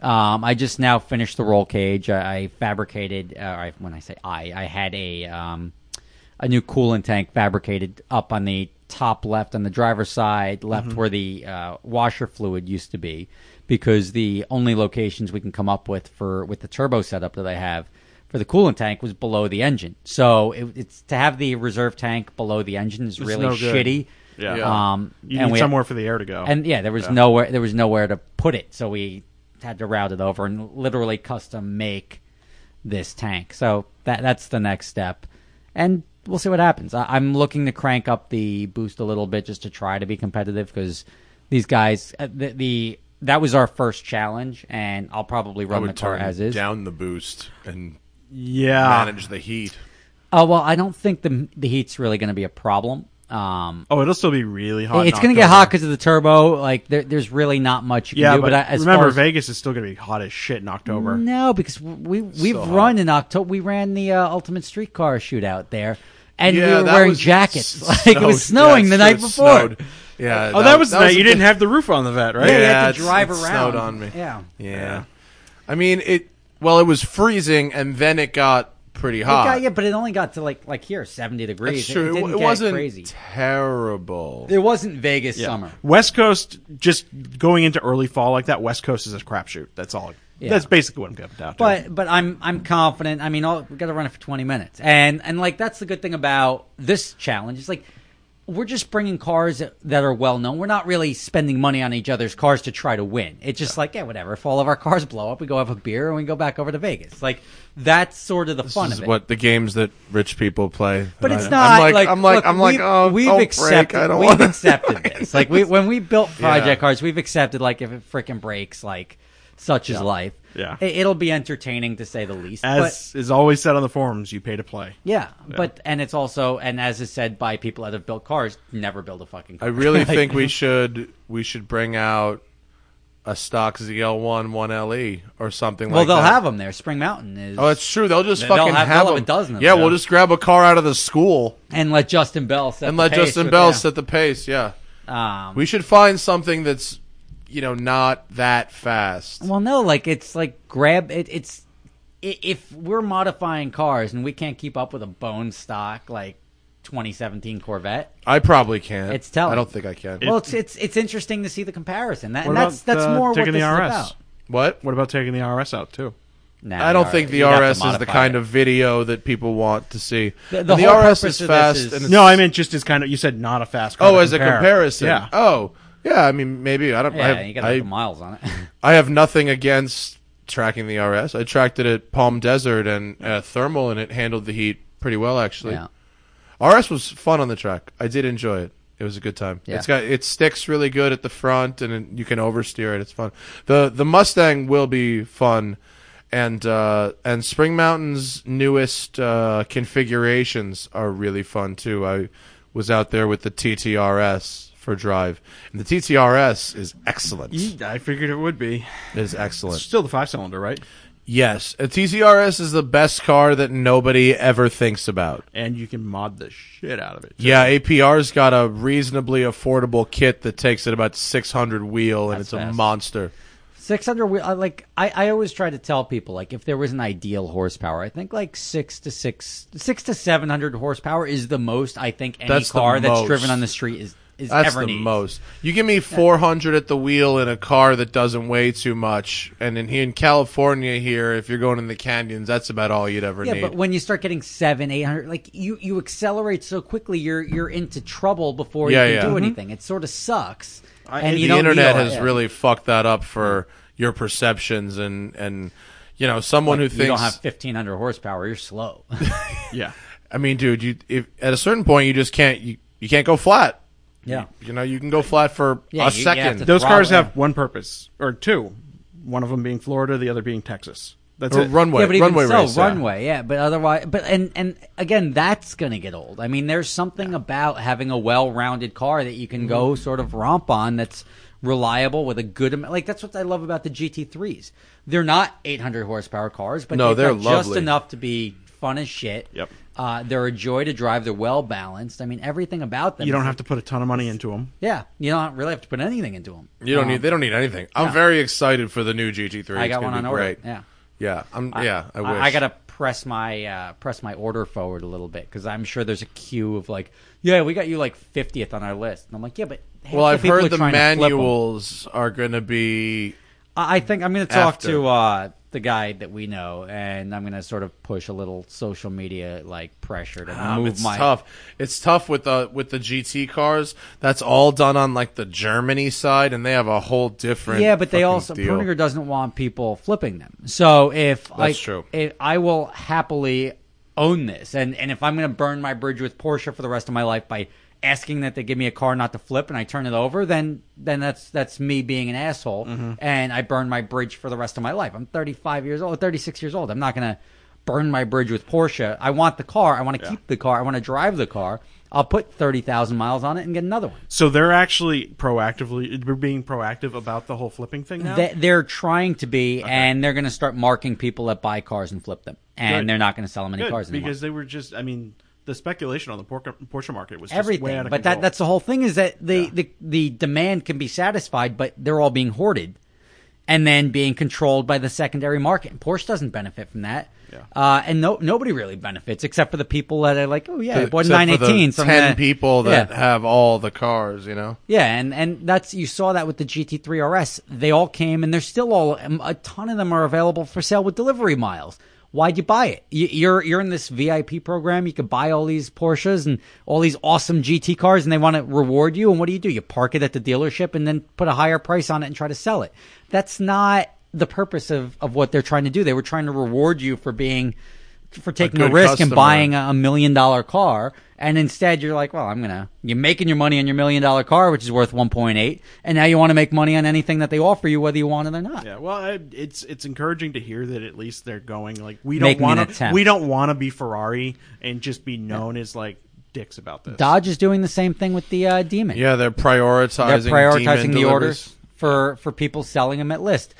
Um, I just now finished the roll cage. I, I fabricated. Uh, I, when I say I, I had a um, a new coolant tank fabricated up on the top left on the driver's side left Mm-hmm. where the uh, washer fluid used to be because the only locations we can come up with for with the turbo setup that I have for the coolant tank was below the engine. So it, it's to have the reserve tank below the engine is really no good. shitty. Yeah. Yeah. Um, You and need we, somewhere for the air to go. And yeah, there was nowhere there was nowhere to put it, so we had to route it over and literally custom make this tank. So that that's the next step, and we'll see what happens. I, I'm looking to crank up the boost a little bit just to try to be competitive because these guys uh, the, the that was our first challenge, and I'll probably I run the would car turn as is. Ah. down the boost and yeah. manage the heat. Oh well, I don't think the the heat's really going to be a problem. Um, Oh, it'll still be really hot. in it's going October. to get hot because of the turbo. Like there, there's really not much you can Yeah, do. but, But, I, as remember, far as, Vegas is still going to be hot as shit in October. No, because we we've hot. run in October. We ran the uh, Ultimate Streetcar shootout there, and we Yeah, were that wearing was- jackets. it Like it was snowed. Yeah, snowing it's the true, night it before. snowed. Yeah. Oh, that was the night a you didn't good- have the roof on the vet, right? Yeah, you had to it's- drive it around. Snowed on me. Yeah. yeah. I mean it. Well, it was freezing, and then it got pretty It hot. got- yeah, but it only got to like like here seventy degrees. That's It- true. It, It, didn't it get wasn't crazy. terrible. It wasn't Vegas Yeah. summer. West Coast, just going into early fall like that, West Coast is a crapshoot. That's all. Yeah. That's basically what I'm coming down to. But but I'm I'm confident. I mean, all, we got to run it for 20 minutes, and and like that's the good thing about this challenge. It's like we're just bringing cars that, that are well known. We're not really spending money on each other's cars to try to win. It's just like yeah, whatever. If all of our cars blow up, we go have a beer and we go back over to Vegas. Like that's sort of the fun This is of it. what the games that rich people play. But And it's I- not I'm like, like I'm like look, I'm like we've, oh we've don't accepted break. I don't we've want accepted this. Like we when we built project Yeah. cars, we've accepted like if it frickin' breaks, like such is life. Yeah. it, it'll be entertaining to say the least. but, as is always said on the forums, you pay to play. yeah, but and it's also and as is said by people that have built cars, never build a fucking I car. really Like, think we should we should bring out a stock ZL1 1LE E or something Well, like that. they'll have them there. Spring Mountain is. Oh, it's true. They'll just They'll fucking have- they'll have a 'em. dozen of Yeah, them. we'll just grab a car out of the school and let Justin Bell set and the let pace Justin with Bell them. set the pace. Yeah, Um, we should find something that's you know not that fast. well, no, like it's like grab it. It's i- if we're modifying cars and we can't keep up with a bone stock like 2017 Corvette. I probably can't. It's telling. I don't think I can. well, it's it's it's interesting to see the comparison. That, What and that's about, that's uh, more what taking this the is RS? about. what? What about taking the RS out too? Nah, I don't the think the you'd have to RS is the modify kind it. of video that people want to see. The- And the whole RS purpose is of this fast is- and it's No, I meant just as kind of you said not a fast car. oh, to as a compare. comparison. Yeah. Oh, yeah. I mean, maybe I don't. I Yeah, have, you got to I- have the miles on it. I have nothing against tracking the RS. I tracked it at Palm Desert and uh, thermal, and it handled the heat pretty well actually. yeah. RS was fun on the track. I did enjoy it. It was a good time. Yeah. It's got it sticks really good at the front, and it- you can oversteer it. It's fun. the The Mustang will be fun, and uh, and Spring Mountain's newest uh, configurations are really fun too. I was out there with the TTRS for drive, and the TTRS is excellent. Ye- I figured it would be. It is It's excellent. still the five cylinder, right? Yes, a TTRS is the best car that nobody ever thinks about. And you can mod the shit out of it. too. Yeah, APR's got a reasonably affordable kit that takes at about 600 wheel, and That's it's fast. a monster. 600 wheel I uh, like I, I always try to tell people like if there was an ideal horsepower i think like 6 to 6 6 to 700 horsepower is the most i think any That's the car that's most. driven on the street is is That's ever the needs. most. You give me 400 at the wheel in a car that doesn't weigh too much, and in here in California, here, if you're going in the canyons, that's about all you'd ever yeah need. but when you start getting 7 800 like you you accelerate so quickly you're you're into trouble before Yeah, you yeah. can do Mhm. anything it sort of sucks I- and the you the don't internet need all has that. really fucked that up for your perceptions and and you know someone who you thinks don't have 1500 horsepower you're slow yeah. I mean, dude, you if at a certain point you just can't you, you can't go flat. yeah You know, you can go flat for Yeah, a you- you have second. to Those Throttle, cars yeah. have one purpose or two. One of them being Florida, the other being Texas. That's Or it. runway, yeah, but even runway so, race. yeah. runway, yeah. But otherwise, but and and again, that's gonna get old. I mean, there's something about having a well-rounded car that you can Mm-hmm. go sort of romp on that's reliable with a good amount. Like that's what I love about the GT3s. They're not 800 horsepower cars, but No, they've they're got just lovely. enough to be fun as shit. Yep. Uh, they're a joy to drive. They're well balanced. I mean, everything about them. You is- don't have to put a ton of money into them. Yeah, you don't really have to put anything into Uh, them. You don't need. They don't need anything. I'm very excited for the new GT3. I It's got gonna one on be order. Great. Yeah. Yeah. I'm. yeah. I wish. I, gotta press my uh, press my order forward a little bit because I'm sure there's a queue of like, yeah, we got you like 50th on our list, and I'm like, yeah, but half Well, I've people are heard the trying to flip 'em." manuals are going to be. I I think I'm gonna talk After. to uh, the guy that we know, and I'm gonna sort of push a little social media like pressure to um, Ah, move it's my. tough. It's tough with the with the GT cars. That's all done on like the Germany side, and they have a whole different. Yeah, but they fucking also deal. Perniger doesn't want people flipping them. So if that's like, true. if I will happily own this, and and if I'm going to burn my bridge with Porsche for the rest of my life by asking that they give me a car not to flip and I turn it over, then then that's that's me being an asshole, Mm-hmm. and I burn my bridge for the rest of my life. I'm 35 years old, 36 years old. I'm not going to burn my bridge with Porsche. I want the car. I want to keep the car. I want to drive the car. I'll put 30,000 miles on it and get another one. So they're actually proactively they're being proactive about the whole flipping thing now. They, they're trying to be, and they're going to start marking people that buy cars and flip them, and Good. they're not going to sell them any Good, cars anymore. because they were just. I mean, the speculation on the Porca- Porsche market was just way Everything, out of but control. that, that's the whole thing is that the, Yeah. the the demand can be satisfied, but they're all being hoarded, and then being controlled by the secondary market. And Porsche doesn't benefit from that, Yeah. uh, and no nobody really benefits except for the people that are like, oh yeah, I bought Except a for nine the eighteen, so I'm ten gonna- people that Yeah. have all the cars. You know. Yeah, and and that's you saw that with the GT3 RS. They all came, and they're still all um, a ton of them are available for sale with delivery miles. Why'd you buy it? You- You're you're in this VIP program. You could buy all these Porsches and all these awesome GT cars, and they want to reward you. And what do you do? You park it at the dealership and then put a higher price on it and try to sell it. That's not the purpose of of what they're trying to do. They were trying to reward you for being for taking a, good risk and customer. buying a a million dollar car and instead you're like well i'm gonna you're making your money on your million dollar car which is worth 1.8 and now you want to make money on anything that they offer you whether you want it or not Yeah, well, I, it's it's encouraging to hear that at least they're going like we don't Making an want to attempt. we don't want to be Ferrari and just be known as like dicks about this. dodge is doing the same thing with the uh, demon Yeah, they're prioritizing. they're demon prioritizing the deliveries. orders for for people selling them at list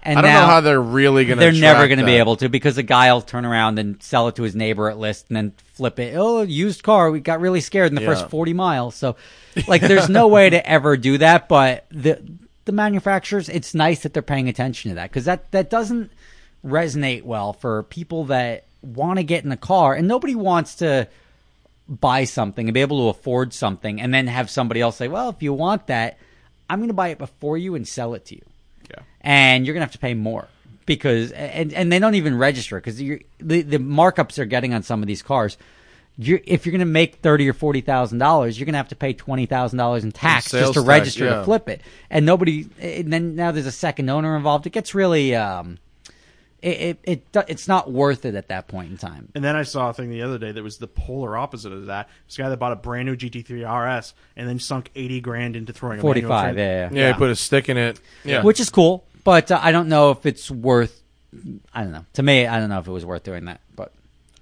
and I don't now know how they're really going to. they're never going gonna be able to because the guy will turn around and sell it to his neighbor at list and then flip it. Oh, used car. We got really scared in the Yeah. first 40 miles. So, like, there's no way to ever do that. But the the manufacturers, it's nice that they're paying attention to that because that, that doesn't resonate well for people that want to get in a car. And nobody wants to buy something and be able to afford something and then have somebody else say, well, if you want that, I'm going to buy it before you and sell it to you. Yeah. And you're going to have to pay more because, and, and they don't even register because the, the markups they're getting on some of these cars. You're, if you're going to make thirty or forty thousand dollars, you're going to have to pay twenty thousand dollars in tax sales just to tax, register yeah. to flip it, and nobody. And then now there's a second owner involved. It gets really, um, it, it, it do- it's not worth it at that point in time. And then I saw a thing the other day that was the polar opposite of that. This guy that bought a brand new GT3 RS and then sunk eighty grand into throwing a manual 45, tran- yeah, Yeah, he put a stick in it. Yeah. which is cool. But uh, I don't know if it's worth. I don't know. To me, I don't know if it was worth doing that. But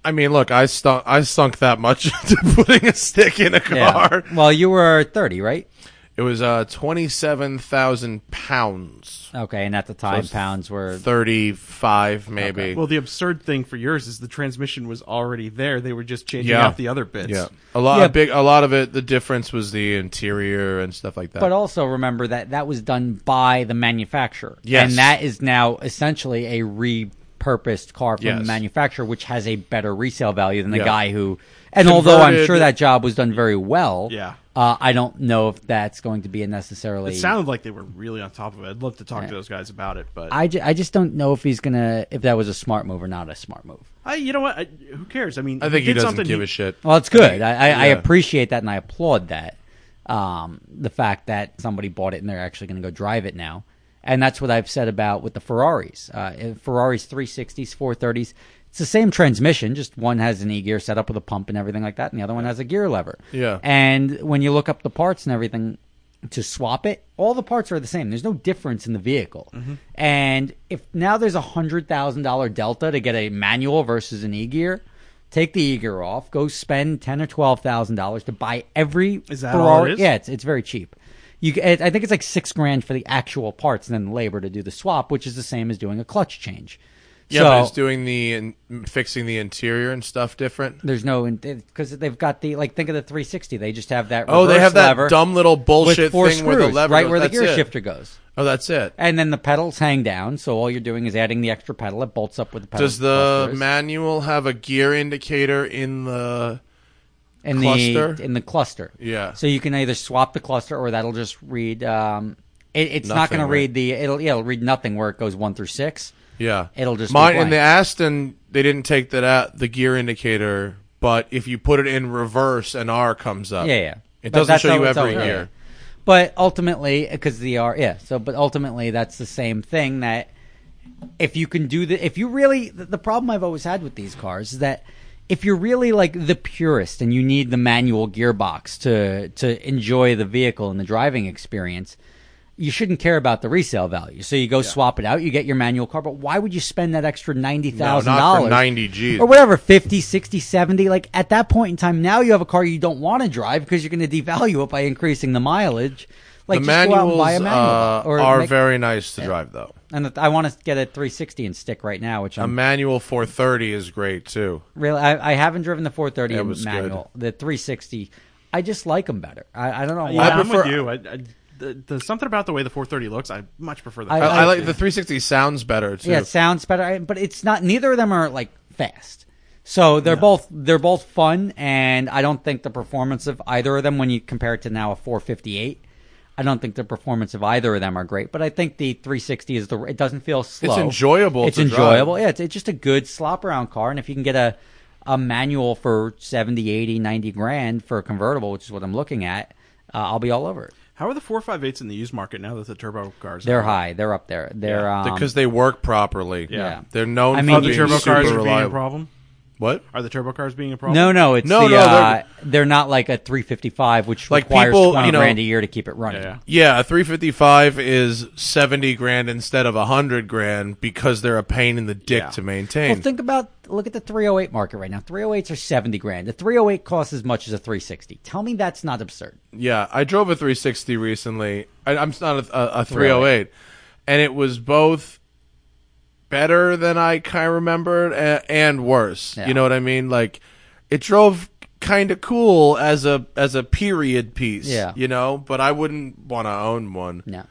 I mean, look, I stunk, I sunk that much into putting a stick in a yeah. car. well, you were thirty, right? It was uh, twenty-seven thousand pounds, Okay, and at the time, pounds were thirty-five maybe. Well, the absurd thing for yours is the transmission was already there; they were just changing Yeah. out the other bits. yeah, a lot Yeah. of big, a lot of it. The difference was the interior and stuff like that. But also remember that that was done by the manufacturer. Yes. And that is now essentially a repurposed car from the Yes. manufacturer, which has a better resale value than the Yeah. guy who. And although I'm Converted- sure that job was done very well, Yeah. uh, I don't know if that's going to be a necessarily. It sounded like they were really on top of it. I'd love to talk to those guys about it, but I, I, ju- I just don't know if he's gonna if that was a smart move or not a smart move. you know what? I, who cares? I mean, I think he did doesn't something give a shit. Well, it's good. I, I, I Yeah. appreciate that and I applaud that. Um, the fact that somebody bought it and they're actually going to go drive it now. And that's what I've said about with the Ferraris. Uh, in Ferraris 360s, 430s. It's the same transmission, just one has an e gear set up with a pump and everything like that, and the other one has a gear lever. Yeah. And when you look up the parts and everything to swap it, all the parts are the same. There's no difference in the vehicle. Mm-hmm. And if now there's a hundred thousand dollar delta to get a manual versus an e gear, take the e gear off, go spend ten or twelve thousand dollars to buy every Is that all it Ferrari. is? Yeah, it's it's very cheap. You, ca- it, I think it's like six grand for the actual parts and then the labor to do the swap, which is the same as doing a clutch change. yeah, so, but it's doing the in, fixing the interior and stuff different. there's no because they've got the like think of the 360. They just have that. Oh, they reverse have that lever dumb little bullshit with four thing screws, where the lever right goes- where the that's gear it. shifter goes, Oh, that's it. and then the pedals hang down. So all you're doing is adding the extra pedal. It bolts up with the pedal. Does the clusters. manual have a gear indicator in the? in cluster? the in the cluster? Yeah. So you can either swap the cluster or that'll just read. Um, it, it's not Nothing, going right? to read the. It'll yeah, it'll read nothing where it goes one through six. Yeah, It'll just be mine in blank. the Aston. They didn't take that out the gear indicator, but if you put it in reverse, an R comes up. Yeah, yeah. It But doesn't that's show how you it's every always- year. But ultimately, because the R, yeah. So, but ultimately, that's the same thing. That if you can do the, if you really, the, the problem I've always had with these cars is that if you're really like the purist and you need the manual gearbox to to enjoy the vehicle and the driving experience, you shouldn't care about the resale value. So you go swap it out, you get your manual car. But why would you spend that extra ninety thousand not for dollars? 90 G's. or whatever 50 60 70 like at that point in time now you have a car you don't want to drive because you're going to devalue it by increasing the mileage like the just go out and manuals buy a manual uh, or are make- very nice to drive, though. and I want to get a 360 and stick right now, which A I'm manual 430 is great too. really I, I haven't driven the 430 It in was manual. The 360, I just like them better. I, I don't know Yeah, why. I I am prefer- with you. I, I, the, the, something about the way the 430 looks, I much prefer the. I- I, Fast I like Lane. the 360 sounds better too. yeah, it sounds better, I- but it's not. Neither of them are like fast. So they're both they're both fun, and I don't think the performance of either of them, when you compare it to now a 458, I don't think the performance of either of them are great. But I think the 360 is the it doesn't feel slow. enjoyable It's to drive. enjoyable. Yeah, it's, it's just a good slop around car, and if you can get a a manual for 70, 80, 90 grand for a convertible, which is what I'm looking at, uh, I'll be all over it. How are the 458s in the used market now that the turbo cars? They're are? high. They're up there. They're um, because they work properly. Yeah. they're known I mean, for Are the being turbo super cars being a reliable. problem? What? Are the turbo cars being a problem? No, no, it's Oh. No, the, no, uh, they're, not like a 355, which Like requires people, 20 you know- grand a year to keep it running. Yeah. Yeah, a 355 is 70 grand instead of 100 grand because they're a pain in the dick Yeah. to maintain. Well, think about look at the 308 market right now. 308s are 70 grand. The 308 costs as much as a 360. Tell me that's not absurd. Yeah, I drove a 360 recently. I, I'm not a, a, a 308, and it was both better than I kind of remembered and, and worse. Yeah. You know what I mean? Like it drove kind of cool as a as a period piece. Yeah. you know, but I wouldn't want to own one. No.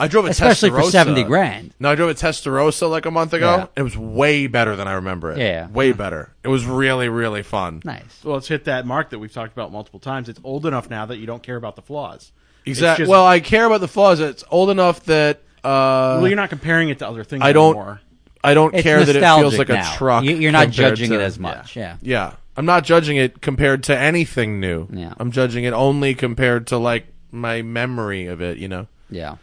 I drove a especially for Testarossa. seventy grand. No, I drove a Testarossa like a month ago. Yeah. It was way better than I remember it. Yeah. Way better. It was really, really fun. Nice. Well, it's hit that mark that we've talked about multiple times. It's old enough now that you don't care about the flaws. It's Exactly. just- Well, I care about the flaws. It's old enough that uh, well, you're not comparing it to other things I don't anymore. I don't It's care that it nostalgic feels like now. a truck. You- You're not compared judging to- it as much. Yeah. Yeah, I'm not judging it compared to anything new. Yeah. I'm judging it only compared to like my memory of it. You know, Yeah.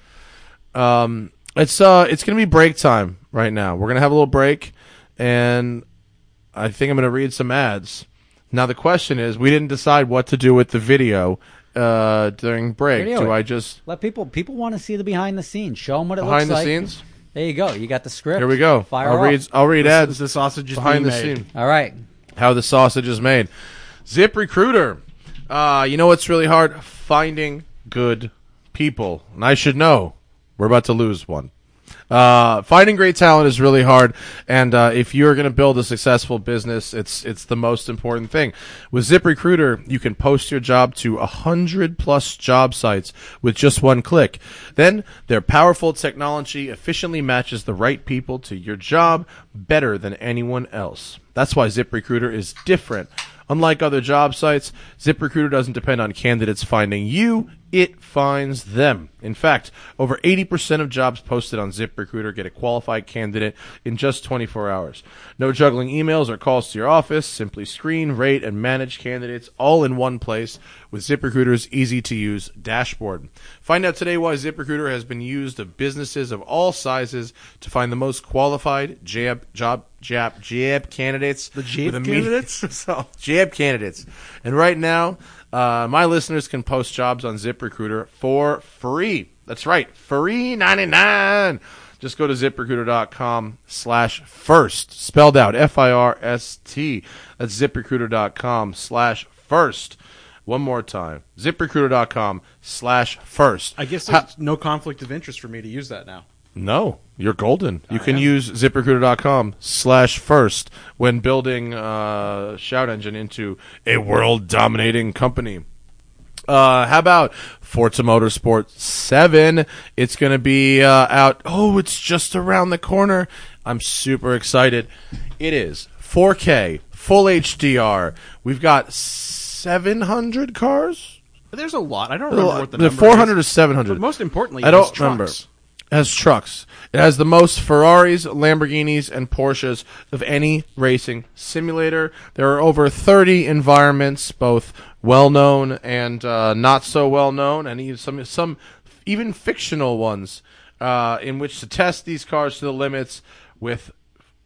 um, it's uh, it's gonna be break time right now. We're gonna have a little break, and I think I'm gonna read some ads. Now the question is, we didn't decide what to do with the video uh, during break. Video Do it. I just Let people people want to see the behind the scenes. Show them what it behind looks the like. scenes? There you go. You got the script. Here we go. Fire I'll off. read. I'll read This is ads the sausage is behind the being made. scene. All right. how the sausage is made. Zip Recruiter. Uh, you know what's really hard? Finding good people. And I should know. We're about to lose one. Uh, finding great talent is really hard, and uh, if you're going to build a successful business, it's it's the most important thing. With ZipRecruiter, you can post your job to hundred plus job sites with just one click. Then their powerful technology efficiently matches the right people to your job better than anyone else. That's why ZipRecruiter is different. Unlike other job sites, ZipRecruiter doesn't depend on candidates finding you, it finds them. In fact, over 80% of jobs posted on ZipRecruiter get a qualified candidate in just 24 hours. No juggling emails or calls to your office, simply screen, rate, and manage candidates all in one place with ZipRecruiter's easy to use dashboard. Find out today why ZipRecruiter has been used of businesses of all sizes to find the most qualified jab, job, jab, jab candidates. The jab so, jab candidates. And right now, uh, my listeners can post jobs on ZipRecruiter for free. That's right, free 99. Just go to ziprecruiter.com slash first, spelled out F I R S T. That's ziprecruiter.com slash first. One more time, ziprecruiter.com slash first. I guess Ha- there's no conflict of interest for me to use that now. no, you're golden. You can use ziprecruiter.com slash first when building uh, Shout Engine into a world dominating company. Uh, how about Forza Motorsport 7? It's going to be uh, out. Oh, it's just around the corner. I'm super excited. It is 4K, full HDR. We've got 700 cars? But there's a lot. I don't remember what the, number 400 or is. 700. But most importantly, I it don't has remember. trucks. It has trucks. It has the most Ferraris, Lamborghinis, and Porsches of any racing simulator. There are over 30 environments, both well known and uh, not so well known, and even some some even fictional ones, uh, in which to test these cars to the limits with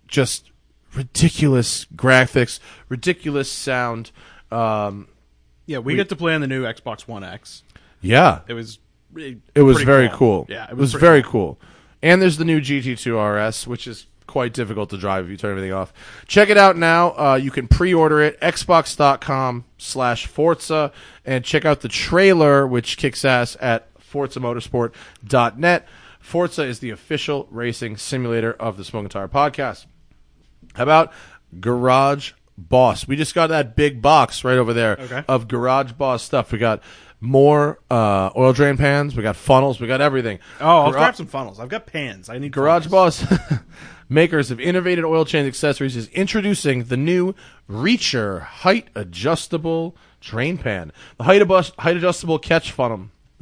just ridiculous graphics, ridiculous sound. Um, Yeah, we, get to play on the new Xbox One X. yeah, It was it, It was pretty very cool. Yeah, it was, pretty very cool. And there's the new GT2 RS, which is quite difficult to drive if you turn everything off. Check it out now. Uh, you can pre-order it xbox.com slash Forza and check out the trailer, which kicks ass at ForzaMotorsport.net. Forza is the official racing simulator of the Smoking Tire Podcast. How about Garage Boss? We just got that big box right over there Okay. of Garage Boss stuff. We got more uh, oil drain pans. We got funnels. We got everything. Oh, I'll Gara- grab some funnels. I've got pans. I need Garage funnels. Boss, makers of innovative oil change accessories, is introducing the new Reacher height adjustable drain pan. The height, abus- height adjustable catch funnel.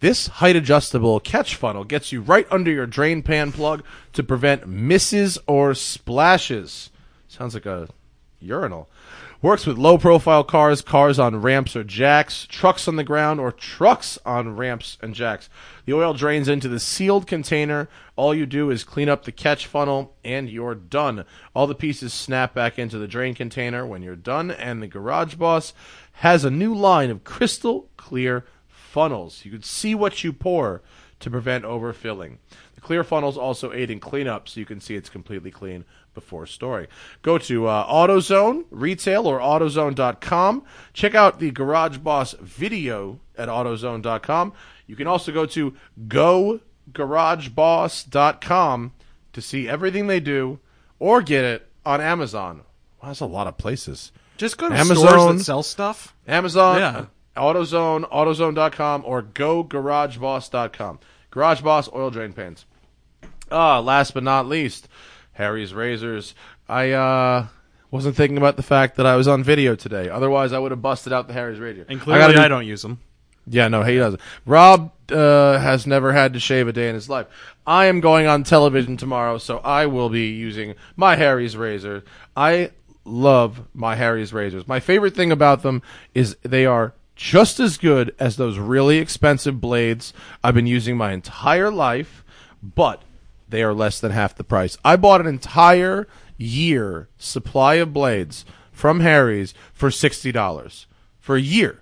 This height adjustable catch funnel gets you right under your drain pan plug to prevent misses or splashes. Sounds like a urinal. Works with low profile cars, cars on ramps or jacks, trucks on the ground, or trucks on ramps and jacks. The oil drains into the sealed container. All you do is clean up the catch funnel and you're done. All the pieces snap back into the drain container when you're done, and the Garage Boss has a new line of crystal clear funnels. You could see what you pour to prevent overfilling. The clear funnels also aid in cleanup, so you can see it's completely clean before storing. Go to uh, AutoZone retail or AutoZone.com. Check out the Garage Boss video at AutoZone.com. You can also go to GoGarageBoss.com to see everything they do or get it on Amazon. Wow, that's a lot of places. Just go to Amazon. stores that sell stuff. Amazon, Yeah. AutoZone, AutoZone.com, or GoGarageBoss.com. Garage Boss oil drain pans. Ah, last but not least, Harry's razors. I uh, wasn't thinking about the fact that I was on video today. Otherwise, I would have busted out the Harry's razor. And I gotta clearly, do- I, don't use them. yeah, no, he doesn't. Rob uh, has never had to shave a day in his life. I am going on television tomorrow, so I will be using my Harry's razor. I love my Harry's razors. My favorite thing about them is they are just as good as those really expensive blades I've been using my entire life, but they are less than half the price. I bought an entire year supply of blades from Harry's for $60 for a year.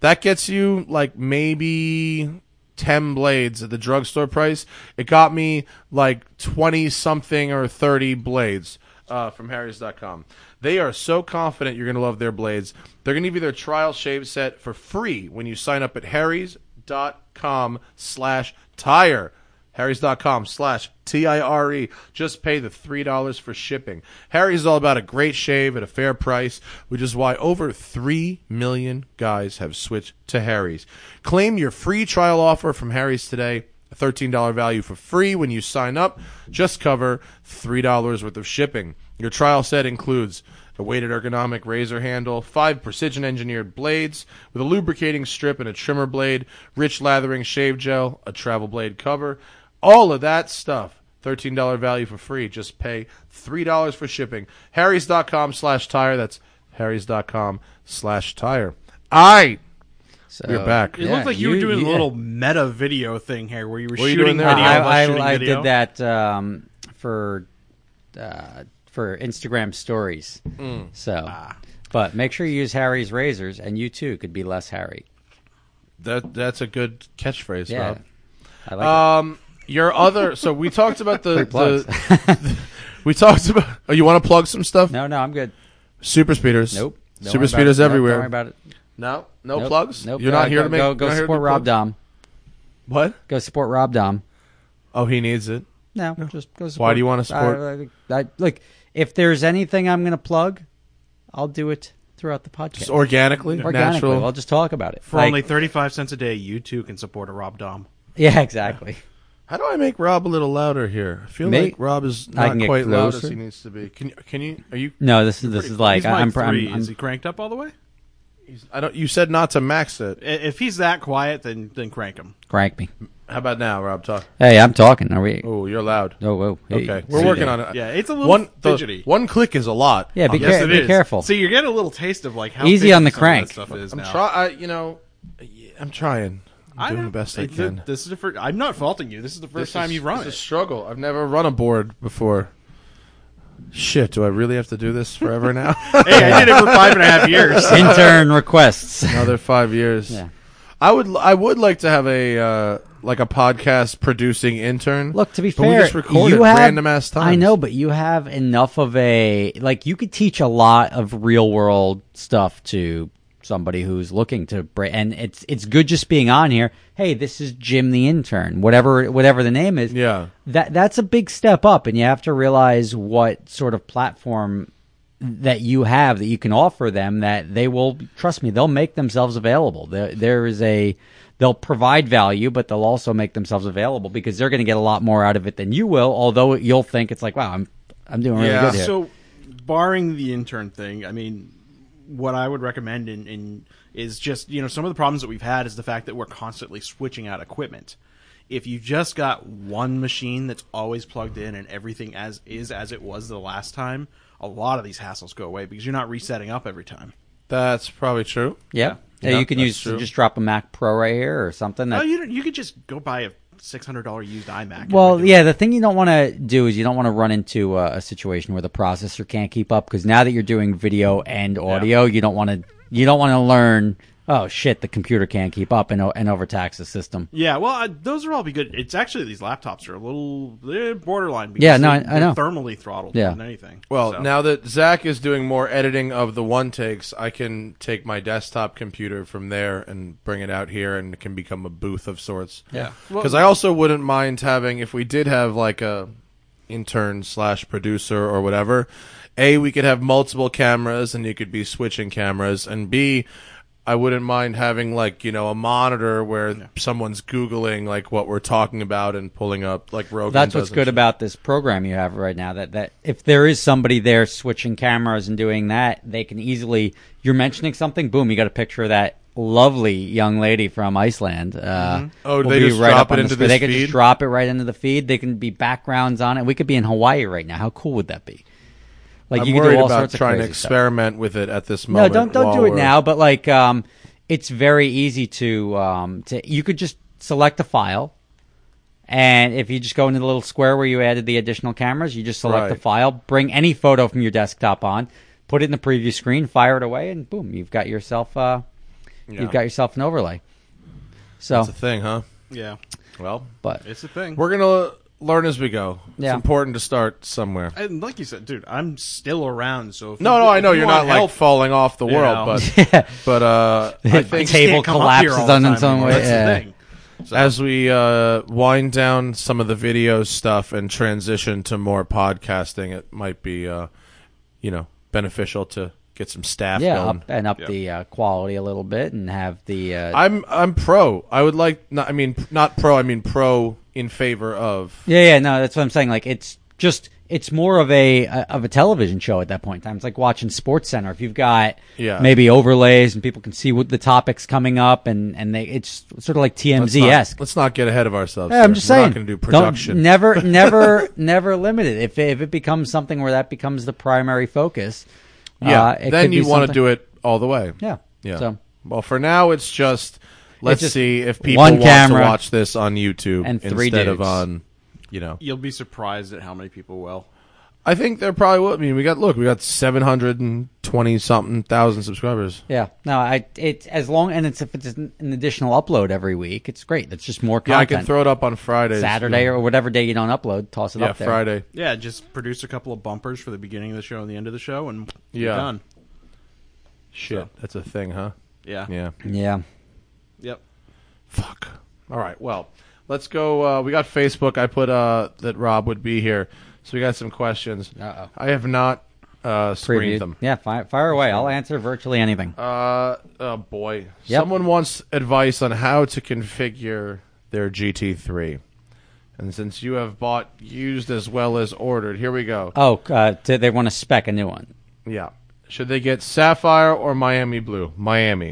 That gets you like maybe 10 blades at the drugstore price. It got me like 20 something or 30 blades uh, from Harry's.com. They are so confident you're going to love their blades. They're going to give you their trial shave set for free when you sign up at Harry's.com slash tire. Harry's.com slash T I R E. Just pay the $3 for shipping. Harry's is all about a great shave at a fair price, which is why over 3 million guys have switched to Harry's. Claim your free trial offer from Harry's today. A $13 value for free when you sign up. Just cover $3 worth of shipping. Your trial set includes a weighted ergonomic razor handle, five precision engineered blades with a lubricating strip and a trimmer blade, rich lathering shave gel, a travel blade cover, all of that stuff. $13 value for free. Just pay $3 for shipping. Harry's.com slash tire. That's Harry's.com slash tire. I So, We're back. It Yeah, looked like you, were doing yeah. a little meta video thing here, where you were What are you shooting doing there? video. I- about shooting Uh, I video. did that um, for uh, for Instagram stories. Hmm. So, Ah. but make sure you use Harry's razors, and you too could be less Harry. that that's a good catchphrase, Yeah, Rob. I like Um, your other. So we talked about the. Free plugs. the- we talked about. Oh, you want to plug some stuff? it. No, no, I'm good. Super speeders. Nope. Don't Super worry about speeders it. Nope, everywhere. Don't worry about it. no. No Nope, plugs. Nope. You're Uh, not here go, to make. Go, you're go not here to support do Rob plugs? Dom. What? Go support Rob Dom. Oh, he needs it. No, just go support. do you wanna support- I, I, I, look, if there's anything I'm going to plug, I'll do it throughout the podcast. Just organically, Organically, natural. I'll just talk about it. for Like- only thirty-five cents a day. You too can support a Rob Dom. yeah, exactly. How do I make Rob a little louder here? I feel like Make- Rob is I not can get quite loud as closer. he needs to be. Can you? Can you? Are you? No, this is this is like he's mic I'm, I'm, 3 I'm- Is he cranked up all the way? he's- I don't. You said not to max it. I- If he's that quiet, then then crank him. crank me. How about now, Rob? Talk. Hey, I'm talking. Are we? Oh, you're loud. Oh, whoa. Hey. Okay, we're working on it. Yeah, it's a little one, the- fidgety. one click is a lot. Yeah, be, I'm care- be careful. So you're getting a little taste of like how Easy fidgety on the some of that crank. stuff is I'm now. try. I, you know, I'm trying. I'm doing know. the best I It's a- can. This is the first. I'm not faulting you. This is the first This time is- you've run It's it. a struggle. I've never run a board before. Shit, do I really have to do this forever now? hey, I did it for five and a half years. Intern requests. Another five years. Yeah. I would. I would like to have a uh, like a podcast producing intern. Look, to be But we fair, just record you at have random ass times. I know, but you have enough of a like you could teach a lot of real world stuff to somebody who's looking to break. And it's it's good just being on here. Hey, this is Jim the intern, whatever whatever the name is. Yeah. that that's a big step up, and you have to realize what sort of platform that you have that you can offer them that they will trust me they'll make themselves available there, there is a they'll provide value but they'll also make themselves available because they're going to get a lot more out of it than you will although you'll think it's like wow i'm i'm doing really Yeah. good here So, barring the intern thing, I mean, what I would recommend in, in is just you know some of the problems that we've had is the fact that we're constantly switching out equipment. If you've just got one machine that's always plugged in and everything as is as it was the last time, a lot of these hassles go away because you're not resetting up every time. That's probably true. yeah, yeah, Yeah, you can that's use true. just drop a mac pro right here or something that Oh, you don't, you could just go buy a six hundred dollar used iMac. and Well, redo it. yeah, the thing you don't want to do is you don't want to run into uh, a, a situation where the processor can't keep up because now that you're doing video and audio, you don't want to you don't want to learn. Oh shit, the computer can't keep up and o- and overtax the system. Yeah, well, I, those are all be good. It's actually these laptops are a little they're borderline. because Yeah, no, I- they're I know. Thermally throttled Yeah. more than anything. Well, So- now that Zach is doing more editing of the one takes, I can take my desktop computer from there and bring it out here, and it can become a booth of sorts. Yeah. because I also wouldn't mind having if we did have like a intern slash producer or whatever. A, we could have multiple cameras, and you could be switching cameras, and B. I wouldn't mind having like you know a monitor where someone's googling like what we're talking about and pulling up like Rogan. does That's what's and good shit. about this program you have right now. That that if there is somebody there switching cameras and doing that, they can easily. You're mentioning something. Boom! You got a picture of that lovely young lady from Iceland. Uh, Oh, will they be just right drop up it on the into sp- this They can just feed? drop it right into the feed. They can be backgrounds on it. We could be in Hawaii right now. How cool would that be? Like I'm you can worried do all about sorts trying of to crazy stuff. experiment with it at this No, moment. don't don't while do it we're- now. But like, um, it's very easy to um, to you could just select a file, and if you just go into the little square where you added the additional cameras, you just select the Right. file, bring any photo from your desktop on, put it in the preview screen, fire it away, and boom, you've got yourself uh, Yeah. you've got yourself an overlay. So, It's a thing, huh? Yeah, Well, but it's a thing. we're gonna learn as we go. Yeah. It's important to start somewhere. and like you said, dude, I'm still around. So if No, you, no, I if know you you're want not like help, falling off the you know. world, but but uh, I The think table can't come up here collapses all the on time its own anymore. way, That's yeah. the thing. as we uh, wind down some of the video stuff and transition to more podcasting, it might be uh, you know beneficial to get some staff yeah, going. up, and up the uh, quality a little bit, and have the uh, I'm I'm pro. I would like not. I mean, p- not pro. I mean pro in favor of. Yeah, yeah, no, that's what I'm saying. Like, it's just it's more of a uh, of a television show at that point in time. It's like watching Sports Center. If you've got Yeah. maybe overlays and people can see what the topics coming up, and and they it's sort of like Let's not- TMZ esque. Let's not get ahead of ourselves. Yeah, I'm here. just We're saying. not going to do Don't- production. never, never, never limit it. If if it becomes something where that becomes the primary focus, yeah, uh, it then could you be want to something- do it all the way. Yeah. Yeah. So- well, for now it's just let's just see if people one want camera to watch this on YouTube and three instead of dudes. on, you know. You'll be surprised at how many people will. I think there probably will. I mean, we got look, we got seven hundred and twenty something thousand subscribers. Yeah, no, I it as long and it's if it's an an additional upload every week, it's great. That's just more Yeah, content. I can throw it up on Fridays, Saturday Yeah. or whatever day you don't upload, toss it yeah, up there. Friday. Yeah, just produce a couple of bumpers for the beginning of the show and the end of the show, and you're Yeah. done. Shit, that's a thing, huh? Yeah. Yeah. Yeah. Yep. Fuck. All right. Well, let's go. Uh, we got Facebook. I put uh, that Rob would be here, so we got some questions. Uh-oh. I have not uh, screened Preview. them. Yeah, fire, fire away. I'll answer virtually anything. Uh, oh boy. Yep. Someone wants advice on how to configure their GT3. And since you have bought used as well as ordered, here we go. oh, uh, do they want to spec a new one. yeah. Should they get Sapphire or Miami Blue? Miami.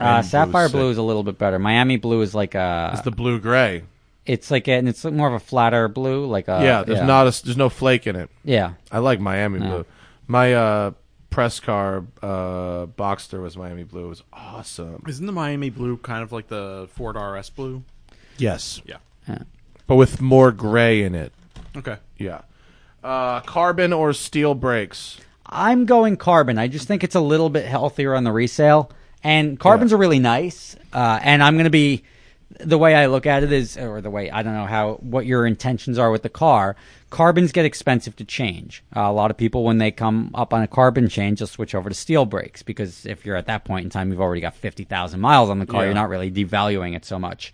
Uh, Miami Blue's Sapphire sick. Blue is a little bit better. Miami Blue is like a. It's the blue gray. it's like a, and it's more of a flatter blue, like a. yeah, there's not a, there's no flake in it. Yeah. I like Miami blue. My uh, press car uh, Boxster was Miami blue. It was awesome. Isn't the Miami blue kind of like the Ford RS blue? Yes, Yeah. but with more gray in it. Okay. Yeah, uh, carbon or steel brakes. I'm going carbon. I just think it's a little bit healthier on the resale, and carbons are really nice. Uh, and I'm going to be the way I look at it is, or the way I don't know how what your intentions are with the car. Carbons get expensive to change. Uh, a lot of people when they come up on a carbon change, they'll switch over to steel brakes because if you're at that point in time, you've already got fifty thousand miles on the car. Yeah. You're not really devaluing it so much.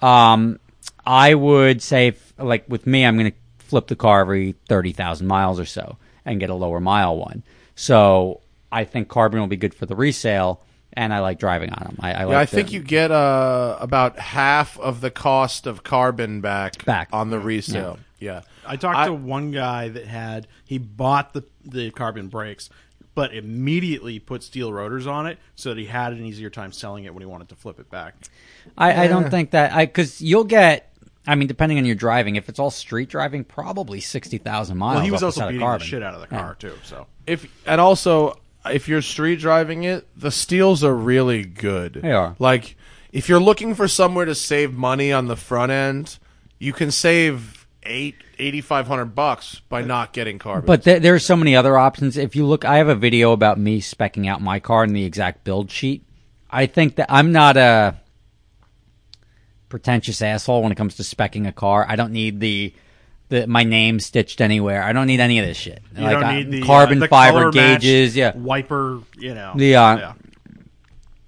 Um, I would say, if, like with me, I'm going to flip the car every 30,000 miles or so and get a lower mile one. So I think carbon will be good for the resale, and I like driving on them. I, I like Yeah, I the- think you get uh, about half of the cost of carbon back, Back. on the resale. Yeah, I talked I- to one guy that had he bought the the carbon brakes, but immediately put steel rotors on it so that he had an easier time selling it when he wanted to flip it back. I, I don't think that I because you'll get. I mean, depending on your driving, if it's all street driving, probably sixty thousand miles. Well, he off was the also side of beating the carbon. shit out of the car too. So if and also if you're street driving it, the steels are really good. They are. Like if you're looking for somewhere to save money on the front end, you can save eight eighty five hundred bucs by not getting carbon. But th- there are so many other options. If you look, I have a video about me specking out my car and the exact build sheet. I think that I'm not a pretentious asshole when it comes to specking a car. I don't need the, the my name stitched anywhere. I don't need any of this shit. you Like, don't I- need the uh, carbon the fiber color match, gauges. Yeah, wiper. You know The, uh,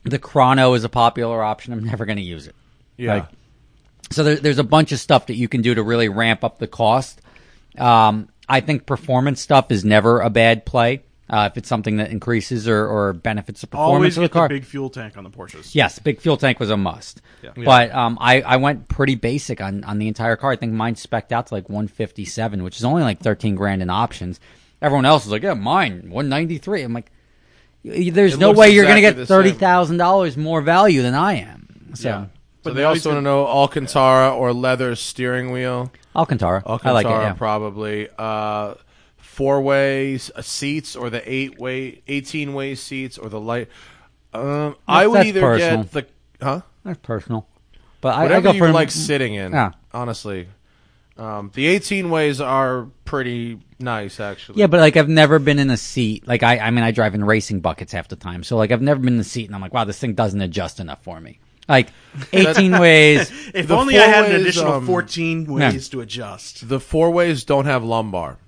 the chrono is a popular option. I'm never going to use it. yeah. like- So there, there's a bunch of stuff that you can do to really ramp up the cost. Um, I think performance stuff is never a bad play. uh, if it's something that increases or, or benefits the performance Always of the get car. the big fuel tank on the Porsches. Yes, big fuel tank was a must. But um, I, I went pretty basic on, on the entire car. I think mine specked out to like 157, which is only like 13 grand in options. Everyone else is like, yeah, mine 193. I'm like, y- there's It no looks way you're going to exactly the get same. thirty thousand dollars more value than I am. So Yeah. But so they now he's also want to know Alcantara or leather steering wheel. Alcantara, I Alcantara like it. Yeah. probably. Uh, Four way seats or the eight way, eighteen way seats or the light. Um, I would that's either personal. get the huh That's personal, but I, I whatever go you for like sitting in. Yeah. Honestly, um, the eighteen ways are pretty nice actually. Yeah, but like I've never been in a seat. Like I, I mean, I drive in racing buckets half the time, so like I've never been in a seat, and I'm like, wow, this thing doesn't adjust enough for me. Like 18 ways. If The only I had an four-ways, additional um, 14 yeah. ways to adjust. the four ways don't have lumbar.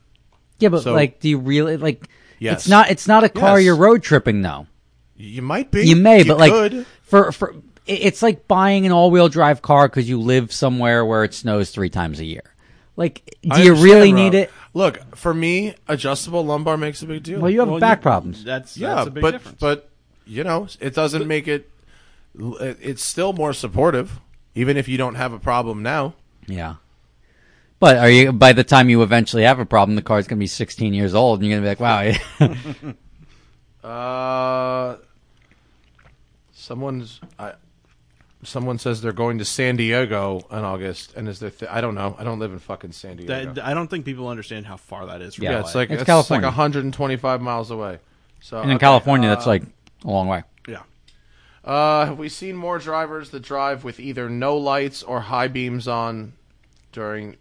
Yeah, but So- like, do you really like? Yes. It's not. It's not a car Yes. you're road tripping though. You might be. You may, but like could. for for it- it's like buying an all wheel drive car because you live somewhere where it snows three times a year. Like, I do you understand, really Rob. need it? Look, for me, adjustable lumbar makes a big deal. Well, you have Well, back you- problems. That's, yeah, that's a big but difference. but you know, it doesn't make it. It's still more supportive, even if you don't have a problem now. Yeah. But are you by the time you eventually have a problem, the car's gonna be 16 years old, and you're gonna be like, wow. Uh, someone's I, someone says they're going to San Diego in August, and is there? Th- I don't know. I don't live in fucking San Diego. That- I don't think people understand how far that is from yeah, LA. it's like It's it's, like California. 125 miles away. So And in okay, California, that's uh, like a long way. yeah. Uh, have we seen more drivers that drive with either no lights or high beams on during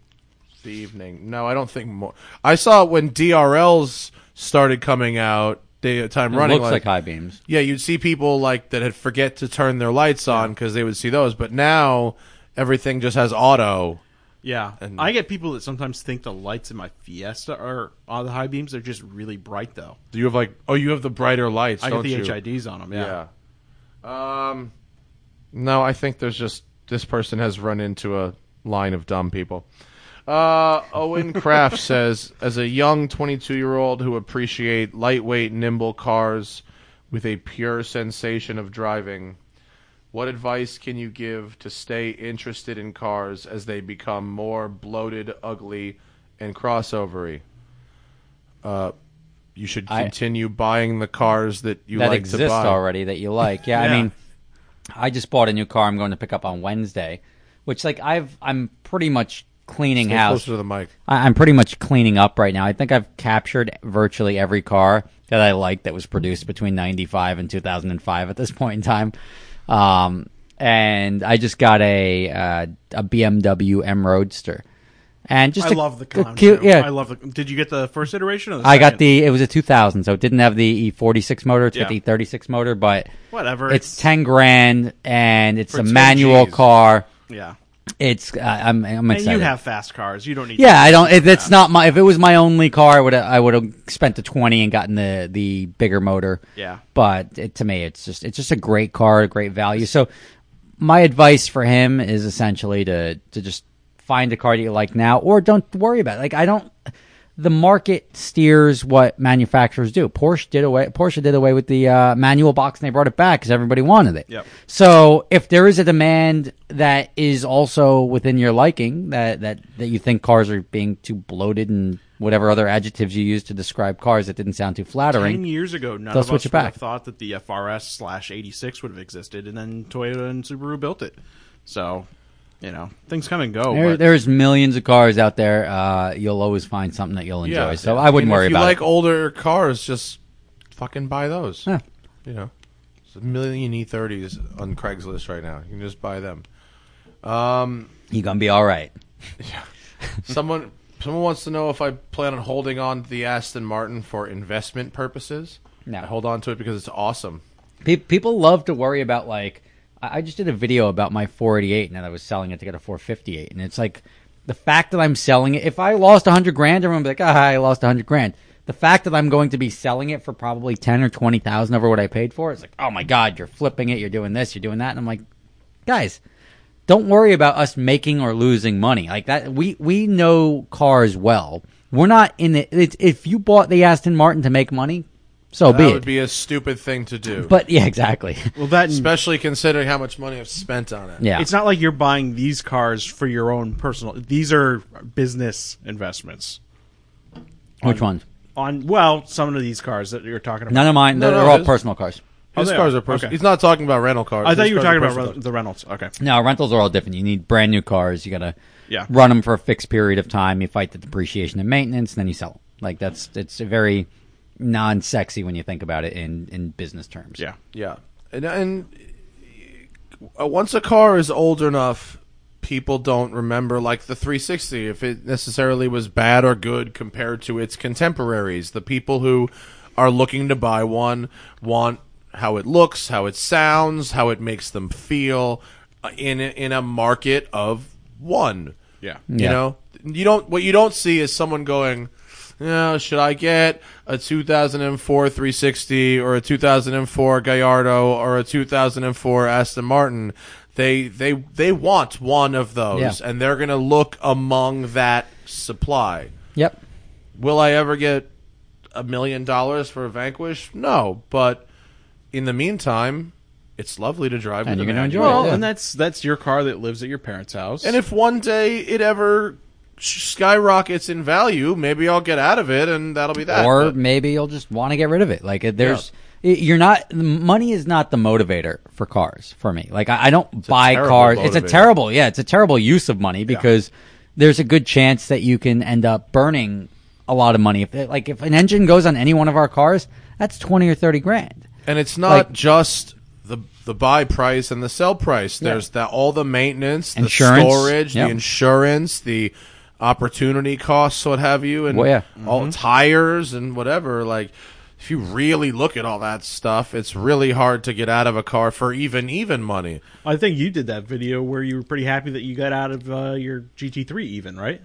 the evening? No, I don't think more. I saw when DRLs started coming out, daytime It running looks like lights. high beams. Yeah, you'd see people like that had forget to turn their lights on because they would see those. But now everything just has auto. Yeah, And- I get people that sometimes think the lights in my Fiesta are on the high beams. They're just really bright, though. Do you have like oh you have the brighter lights? I don't get the you? HIDs on them. Yeah, Yeah. Um, no, I think there's just this person has run into a line of dumb people. Uh, Owen Kraft says, as a young 22 year old who appreciate lightweight, nimble cars with a pure sensation of driving, what advice can you give to stay interested in cars as they become more bloated, ugly, and crossovery? Uh, you should I- continue buying the cars that you that like exists to buy. already that you like. Yeah, Yeah. I mean, I just bought a new car. I'm going to pick up on Wednesday, which like I've I'm pretty much cleaning Stay house. closer to the mic. I- I'm pretty much cleaning up right now. I think I've captured virtually every car that I like that was produced between 95 and 2005 at this point in time. Um, and I just got a uh, a BMW M Roadster. And just I a- love the a concept. cute, yeah, I love the. Did you get the first iteration? Or the I got second? the. It was a 2000, so it didn't have the E46 motor. It's got Yeah. the E36 motor, but Whatever, It's, it's- 10 grand, and it's a 10 manual Gs. car. yeah. It's uh, I'm I'm And excited. you have fast cars. You don't need. yeah, I don't. It, it's not my. If it was my only car, I would I would have spent the 20 and gotten the the bigger motor. Yeah. But it, to me, it's just it's just a great car, a great value. So my advice for him is essentially to to just find a car that you like now, or don't worry about. It. Like I don't. The market steers what manufacturers do. Porsche did away. Porsche did away with the uh, manual box, and they brought it back because everybody wanted it. Yep. So if there is a demand that is also within your liking, that that that you think cars are being too bloated and whatever other adjectives you use to describe cars that didn't sound too Ten flattering, years ago, none They'll of switch us it would have back. thought that the FRS slash eighty six would have existed, and then Toyota and Subaru built it. So, you know, things come and go. there, but there's millions of cars out there. Uh, you'll always find something that you'll enjoy. so I wouldn't mean, worry if you about like it. older cars, just fucking buy those. Yeah. You know, it's a million E30s on Craigslist right now. You can just buy them. Um, You're gonna be all right. someone someone wants to know if I plan on holding on to the Aston Martin for investment purposes. No. I hold on to it because it's awesome. Pe- people love to worry about like I I just did a video about my 488 and that I was selling it to get a 458, and it's like the fact that I'm selling it. If I lost 100 grand, everyone would be like, ah, I lost 100 grand. The fact that I'm going to be selling it for probably 10 or 20 thousand over what I paid for, it's like, oh my god, you're flipping it, you're doing this, you're doing that, and I'm like, guys. Don't worry about us making or losing money like that. We we know cars well. We're not in it. It's, if you bought the Aston Martin to make money, So that be would it. be a stupid thing to do. but yeah, exactly. Well, that and especially considering how much money I've spent on it. Yeah. it's not like you're buying these cars for your own personal. These are business investments. Which ones? On well, some of these cars that you're talking about. None of mine. No, they're no, all his- personal cars. Oh, His they cars are. are personal. Okay. He's not talking about rental cars. I thought His you were cars talking are about personal Re- the Reynolds. Okay. No, rentals are all different. You need brand new cars. You gotta Yeah. run them for a fixed period of time. You fight the depreciation and maintenance, and then you sell them. Like that's it's a very non-sexy when you think about it in in business terms. Yeah. Yeah, and and uh, once a car is old enough, people don't remember like the 360 if it necessarily was bad or good compared to its contemporaries. The people who are looking to buy one want how it looks, how it sounds, how it makes them feel uh, in a- in a market of one. Yeah. You Yeah. know, you don't. What you don't see is someone going, "Yeah, should I get a 2004 360 or a 2004 Gallardo or a 2004 Aston Martin?" They they they want one of those, Yeah. and they're going to look among that supply. Yep. Will I ever get a million dollars for a Vanquish? No, but in the meantime, it's lovely to drive. And with you're an gonna manual. enjoy it, Well, yeah. and that's that's your car that lives at your parents' house. And if one day it ever sh- skyrockets in value, maybe I'll get out of it, and that'll be that. or But- maybe you'll just want to get rid of it. Like it- there's, it- you're not. Money is not the motivator for cars for me. Like I, I don't buy terrible cars. It's a motivator. terrible, yeah, it's a terrible use of money because there's a good chance that you can end up burning a lot of money. If uh, like if an engine goes on any one of our cars, that's twenty or thirty grand. and it's not like- just the the buy price and the sell price. There's that all the maintenance, the Insurance. storage, Yep. the insurance, the opportunity costs, what have you, and Well, yeah. Mm-hmm. all tires and whatever. Like if you really look at all that stuff, it's really hard to get out of a car for even even money. I think you did that video where you were pretty happy that you got out of uh, your GT3, even right?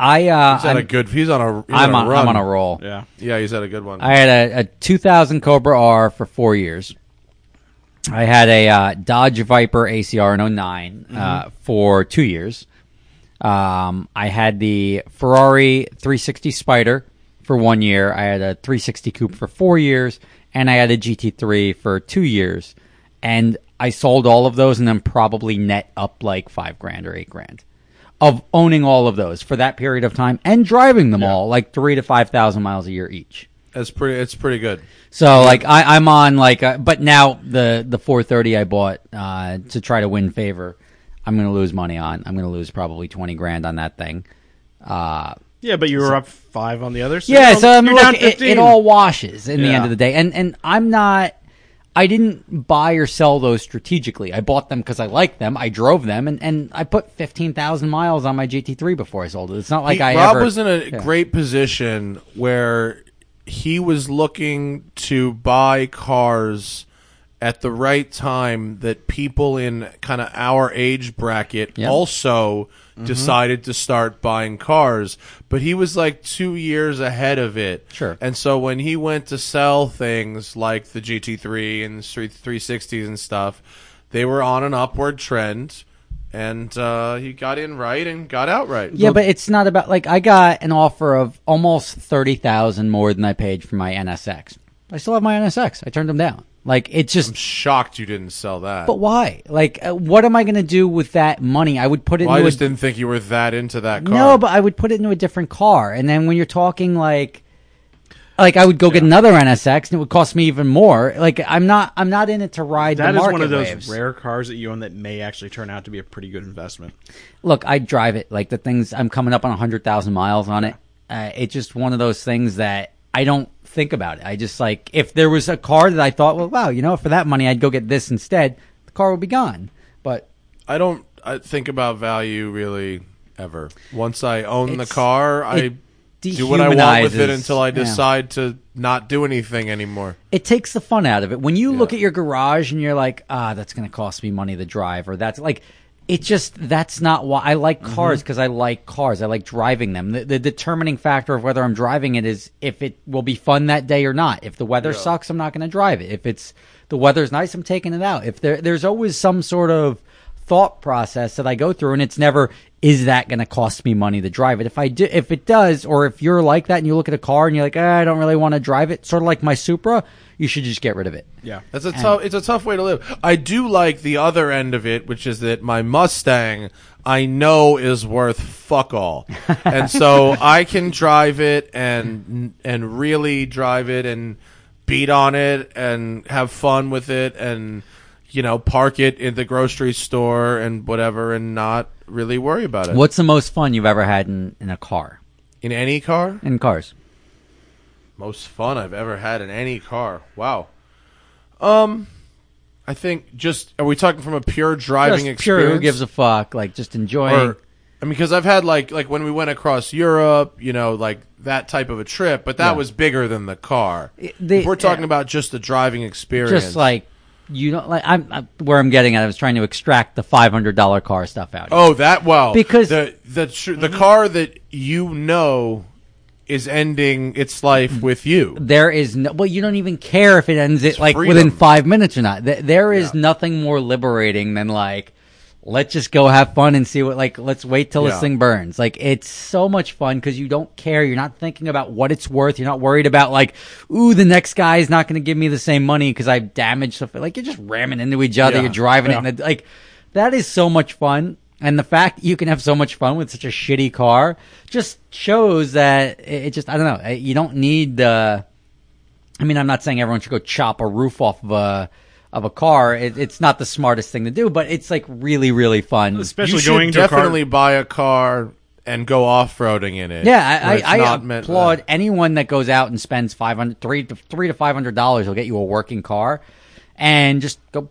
I uh, He's I'm, had a good. He's on a. He's I'm on, on a run. I'm on a roll. Yeah. Yeah, he's had a good one. I had a, a 2000 Cobra R for four years. I had a uh, Dodge Viper ACR in 9 uh, for two years. Um, I had the Ferrari 360 Spider for one year. I had a 360 Coupe for four years, and I had a GT3 for two years. And I sold all of those, and then probably net up like five grand or eight grand of owning all of those for that period of time and driving them all like three to five thousand miles a year each. It's pretty. It's pretty good. So like I, I'm on like, uh, but now the the 430 I bought uh, to try to win favor, I'm gonna lose money on. I'm gonna lose probably 20 grand on that thing. Uh, Yeah, but you were up five on the other. So yeah, so I'm you're down um, look, it, 15. it all washes in the end Yeah. of the day, and and I'm not. I didn't buy or sell those strategically. I bought them because I liked them. I drove them, and, and I put fifteen thousand miles on my GT3 before I sold it. It's not like He- I Rob ever, was in a yeah. great position where he was looking to buy cars at the right time that people in kind of our age bracket Yeah. Mm-hmm. also decided to start buying cars but he was like 2 years ahead of it Sure. and so when he went to sell things like the GT3 and the 360s and stuff they were on an upward trend and uh, he got in right and got out right Yeah, but it's not about like I got an offer of almost thirty thousand more than I paid for my NSX. I still have my NSX. I turned them down. Like it's just. shocked you didn't sell that. but why? Like, uh, what am I going to do with that money? I would put it. well, I into just a, didn't think you were that into that car. No, but I would put it into a different car. And then when you're talking like like I would go get another NSX and it would cost me even more. Like I'm not I'm not in it to ride That the is market one of those waves. rare cars that you own that may actually turn out to be a pretty good investment. Look, I drive it. Like the things I'm coming up on 100,000 miles on it. Uh, it's just one of those things that I don't think about it. I just like if there was a car that I thought, well, wow, you know, for that money I'd go get this instead, the car would be gone. But I don't I think about value really ever. Once I own the It's- car, I it do what I want with it dehumanizes- until I yeah. decide to not do anything anymore. it takes the fun out of it. When you look at your garage and you're like, ah, that's going to cost me money to drive, or that's like, it just, that's not why I like cars because I like cars. I like driving them. The, the determining factor of whether I'm driving it is if it will be fun that day or not. If the weather sucks, I'm not going to drive it. If it's, the weather's nice, I'm taking it out. If there, there's always some sort of thought process that I go through, and it's never is that going to cost me money to drive it. If I do, if it does, or if you're like that and you look at a car and you're like, "Ah, I don't really want to drive it, sort of like my Supra, you should just get rid of it. Yeah. That's a tough. It's a tough way to live. I do like the other end of it, which is that my Mustang I know is worth fuck all, and so I can drive it and and really drive it and beat on it and have fun with it and you know park it in the grocery store and whatever and not really worry about it What's the most fun you've ever had in, in a car? in any car. In cars. Most fun I've ever had in any car. Wow. Um, I think just are we talking from a pure driving Just pure, experience? who gives a fuck? Like just enjoying. or, I mean, because I've had like like when we went across Europe, you know, like that type of a trip, but that was bigger than the car. the- If we're talking yeah. about just the driving experience. just like you don't like I'm, I'm where I'm getting at. I was trying to extract the five hundred dollar car stuff out. oh, that well Because- the the tr- the car that you know is ending its Mm-hmm. life with you. There is no well, you don't even care if it ends it like freedom. within five minutes or not. Th- there is Yeah. nothing more liberating than like let's just go have fun and see what like let's wait till Yeah. this thing burns. Like it's so much fun because you don't care. You're not thinking about what it's worth. You're not worried about like ooh the next guy is not going to give me the same money because I've damaged stuff. Like you're just ramming into each other. Yeah. You're driving it and it, like that is so much fun. And the fact you can have so much fun with such a shitty car just shows that it it just I don't know. You don't need the I mean, I'm not saying everyone should go chop a roof off of a of a car. It, it's not the smartest thing to do, but it's like really, really fun. You Especially should going to a car- definitely buy a car and go off roading in it. Yeah, I, where it's I, I not meant- uh, applaud anyone that goes out and spends five hundred, three to three to five hundred dollars. will get you a working car, and just go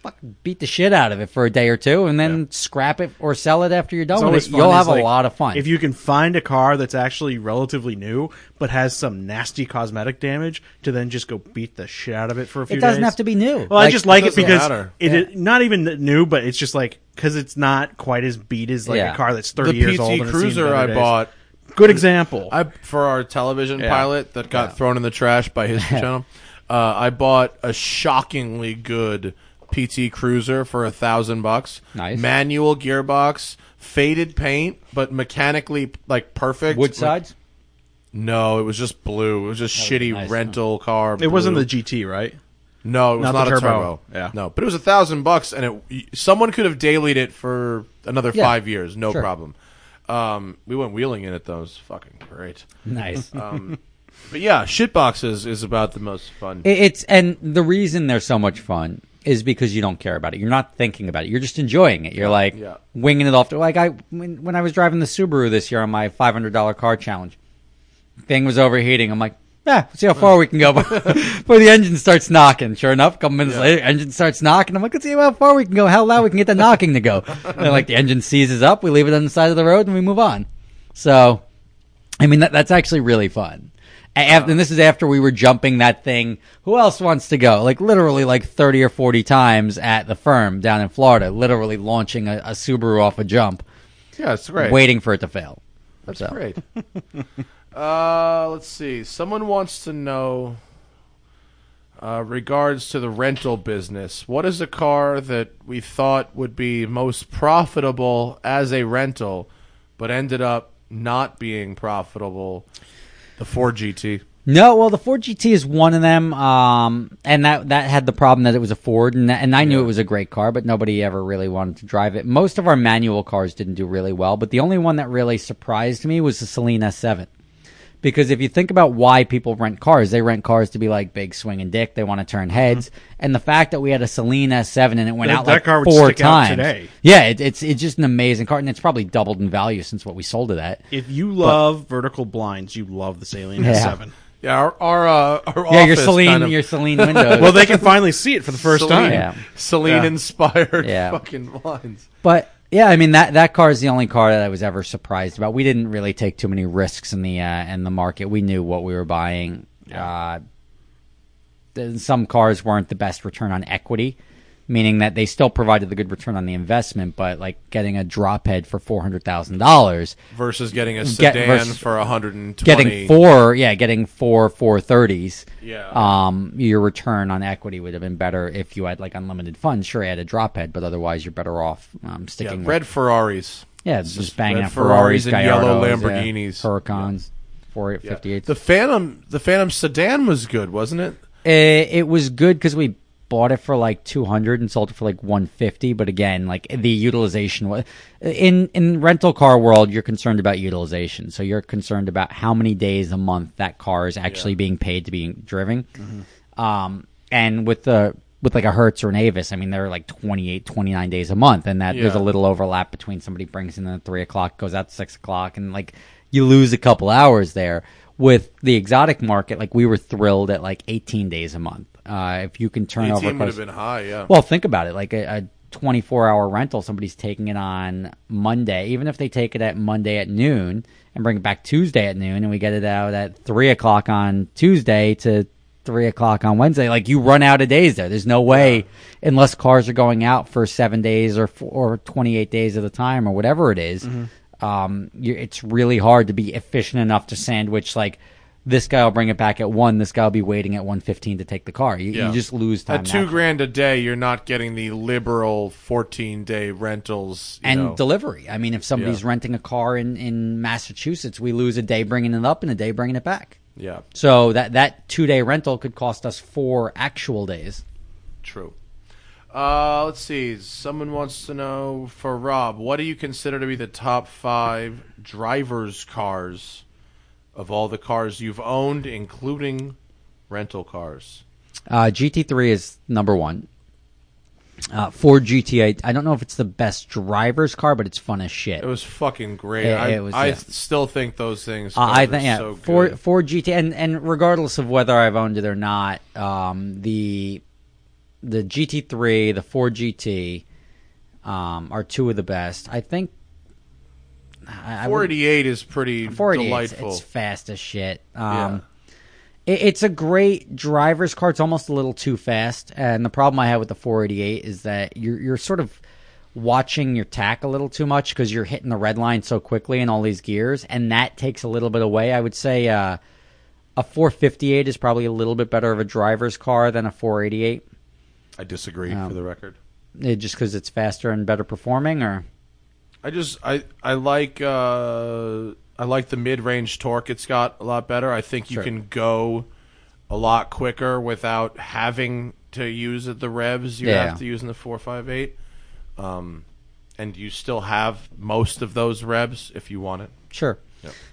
fuck beat the shit out of it for a day or two, and then scrap it or sell it after you're done It's always with Oh, it. fun You'll is, have a like, lot of fun. If you can find a car that's actually relatively new but has some nasty cosmetic damage, to then just go beat the shit out of it for a few it doesn't days. have to be new. Well, I just like it doesn't because matter. it is not even new, but it's just like because it's not quite as beat as like Yeah. a car that's The thirty years old. and PT it's seen Cruiser better I days. bought Good example. I for our television Yeah. pilot that got thrown in the trash by his channel. Uh, I bought a shockingly good PT Cruiser for a thousand bucks. Nice. manual gearbox, faded paint, but mechanically like perfect. wood sides. No, it was just blue. It was just shitty nice, rental car. it wasn't the GT, right? no, it was not not, the a turbo. turbo. Yeah. no, but it was a thousand bucks, and it someone could have dailied it for another Yeah. five years, no Sure. problem. Um, we went wheeling in it though. It was fucking great. Nice. But yeah, shitboxes is about the most fun. It- It's and the reason they're so much fun is because you don't care about it. You're not thinking about it. You're just enjoying it. You're like yeah. winging it off. To, like I when, when I was driving the Subaru this year on my five hundred dollar car challenge, thing was overheating. I'm like, yeah, let's see how far we can go before the engine starts knocking. Sure enough, a couple minutes later, engine starts knocking. I'm like, let's see how far we can go, how loud we can get the knocking to go. And then, like the engine seizes up, we leave it on the side of the road, and we move on. So I mean, that, that's actually really fun. A- af- and this is after we were jumping that thing. Who else wants to go? Like literally, like thirty or forty times at the firm down in Florida. Literally launching a, a Subaru off a jump, Yeah, it's great. waiting for it to fail. that's so. great. uh, let's see. Someone wants to know uh, regards to the rental business. What is a car that we thought would be most profitable as a rental, but ended up not being profitable? The Ford GT. No, well, the Ford GT is one of them, um, and that that had the problem that it was a Ford, and that, and I knew it was a great car, but nobody ever really wanted to drive it. Most of our manual cars didn't do really well, but the only one that really surprised me was the Celine S7, because if you think about why people rent cars, they rent cars to be like big swinging dick, they want to turn heads, and the fact that we had a Celine S7 and it Mm-hmm. went That- out that like car would four stick out times, today. yeah, it, it's it's just an amazing car, and it's probably doubled in value since what we sold it at. If you love vertical blinds, you love the Saline Yeah. S7. Yeah, our our, uh, our Yeah, your office Celine, kind of your Celine windows. Well, they can finally see it for the first Celine, time. Yeah. Celine Yeah. inspired Yeah. fucking blinds. But yeah, I mean that that car is the only car that I was ever surprised about. We didn't really take too many risks in the uh, in the market. We knew what we were buying. Uh, th- some cars weren't the best return on equity, meaning that they still provided the good return on the investment, but like getting a drop head for four hundred thousand dollars, versus getting a Get- sedan versus- for 120 getting four, yeah, getting four four thirties, Yeah. um, your return on equity would have been better if you had like unlimited funds. Sure, you had a drop head, but otherwise you're better off um, yeah, sticking with red Ferraris. yeah, just banging red out Ferraris, Ferraris and yellow Gallardos, Lamborghinis. yeah, Huracans, four eight Yeah. fifty eight. The Phantom, the Phantom sedan was good, wasn't it? It, Eh, it was good because we bought it for like 200 and sold it for like 150 but again like the utilization was in in rental car world you're concerned about utilization so you're concerned about how many days a month that car is actually being paid to be driven Mm-hmm. um and with the with like a hertz or an avis i mean they're like 28 29 days a month and that there's a Yeah. little overlap between somebody brings in at three o'clock goes out at six o'clock and like you lose a couple hours there with the exotic market like we were thrilled at like 18 days a month uh, if you can turn over 18 would close- have been high, yeah. well think about it like a, a 24 hour rental somebody's taking it on monday even if they take it at monday at noon and bring it back tuesday at noon and we get it out at 3 o'clock on tuesday to 3 o'clock on wednesday like you run out of days there there's no way unless cars are going out for seven days or, f- or 28 days at a time or whatever it is, Mm-hmm. um, you it's really hard to be efficient enough to sandwich like this guy will bring it back at one this guy will be waiting at 1.15 to take the car you, Yeah. you just lose time At that two way. grand a day, you're not getting the liberal 14 day rentals. you and know. delivery. I mean, if somebody's Yeah. renting a car in, in Massachusetts, we lose a day bringing it up and a day bringing it back. yeah, So that that two day rental could cost us four actual days. true. Uh, let's see. Someone wants to know for Rob, what do you consider to be the top five drivers' cars of all the cars you've owned, including rental cars? Uh, GT3 is number one. Uh, Ford GT8. I don't know if it's the best driver's car, but it's fun as shit. It was fucking great. Yeah, I, it was, I yeah. still think those things. Uh, I cars are think yeah, so good. Ford, Ford GT, and and regardless of whether I've owned it or not, um, the the GT3, the Ford GT, um, are two of the best. I think. I, I would- 488 is pretty 488, Uh, it's- delightful. It's fast as shit. Yeah. Um, it, it's a great driver's car. It's almost a little too fast. And the problem I have with the 488 is that you're you're sort of watching your tack a little too much because you're hitting the red line so quickly in all these gears, and that takes a little bit away. I would say uh, a 458 is probably a little bit better of a driver's car than a 488, I disagree um, for the record. Eh, just because it's faster and better performing. Or I just I I like uh I like the mid-range torque it's got a lot better. I think you Sure. can go a lot quicker without having to use the revs you Yeah. have to use in the 458. Um and you still have most of those revs if you want it. Sure.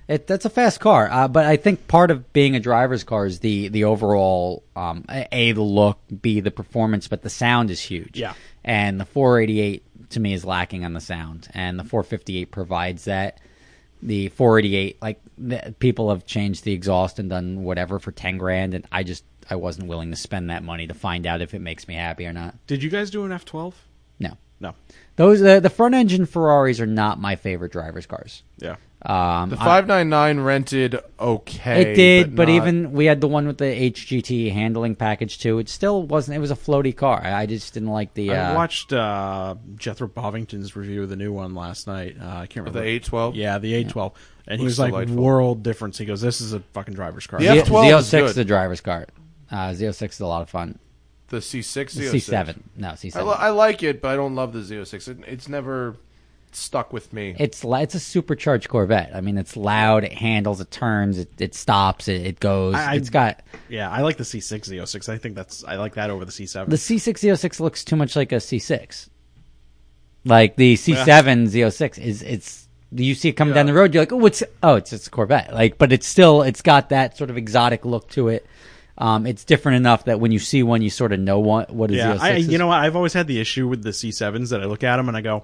It, that's a fast car, uh, but I think part of being a driver's car is the the overall um, a A, the look, b the performance, but the sound is huge. Yeah. and the 488 to me is lacking on the sound, and the 458 provides that. The 488, like the, people have changed the exhaust and done whatever for ten grand, and I just I wasn't willing to spend that money to find out if it makes me happy or not. Did you guys do an F twelve? No, No. those uh, the front engine Ferraris are not my favorite driver's cars. Yeah. Um, The I- 599 rented okay. It did, but, not- even we had the one with the HGT handling package too. It still wasn't. It was a floaty car. I I just didn't like the. I Uh, watched uh, Jethro Bovington's review of the new one last night. Uh, I can't the remember 812. Yeah, the A twelve, and he was Looks like delightful. world difference. He goes, "This is a fucking driver's car." The Z- F- F12 Z06 is good. is a driver's car. Uh, Z06 is a lot of fun. The C6 C7, no I, C7. li- I like it, but I don't love the Z06. It, it's never stuck with me. it's la- it's a supercharged Corvette. I mean, it's loud. It handles. It turns. It, it stops. It, it goes. I- I- it's got Yeah, I like the C six Z O six. I think that's I like that over the C seven. the C6 Z06 looks too much like a C6. Like the C7 Z06 is it's you see it coming down the road, you're like, oh, it's oh, it's it's a Corvette. Like, but it's still it's got that sort of exotic look to it. Um, it's different enough that when you see one, you sort of know what what is Yeah, Z06. I, is. you know what? I've always had the issue with the C7s that I look at them and I go,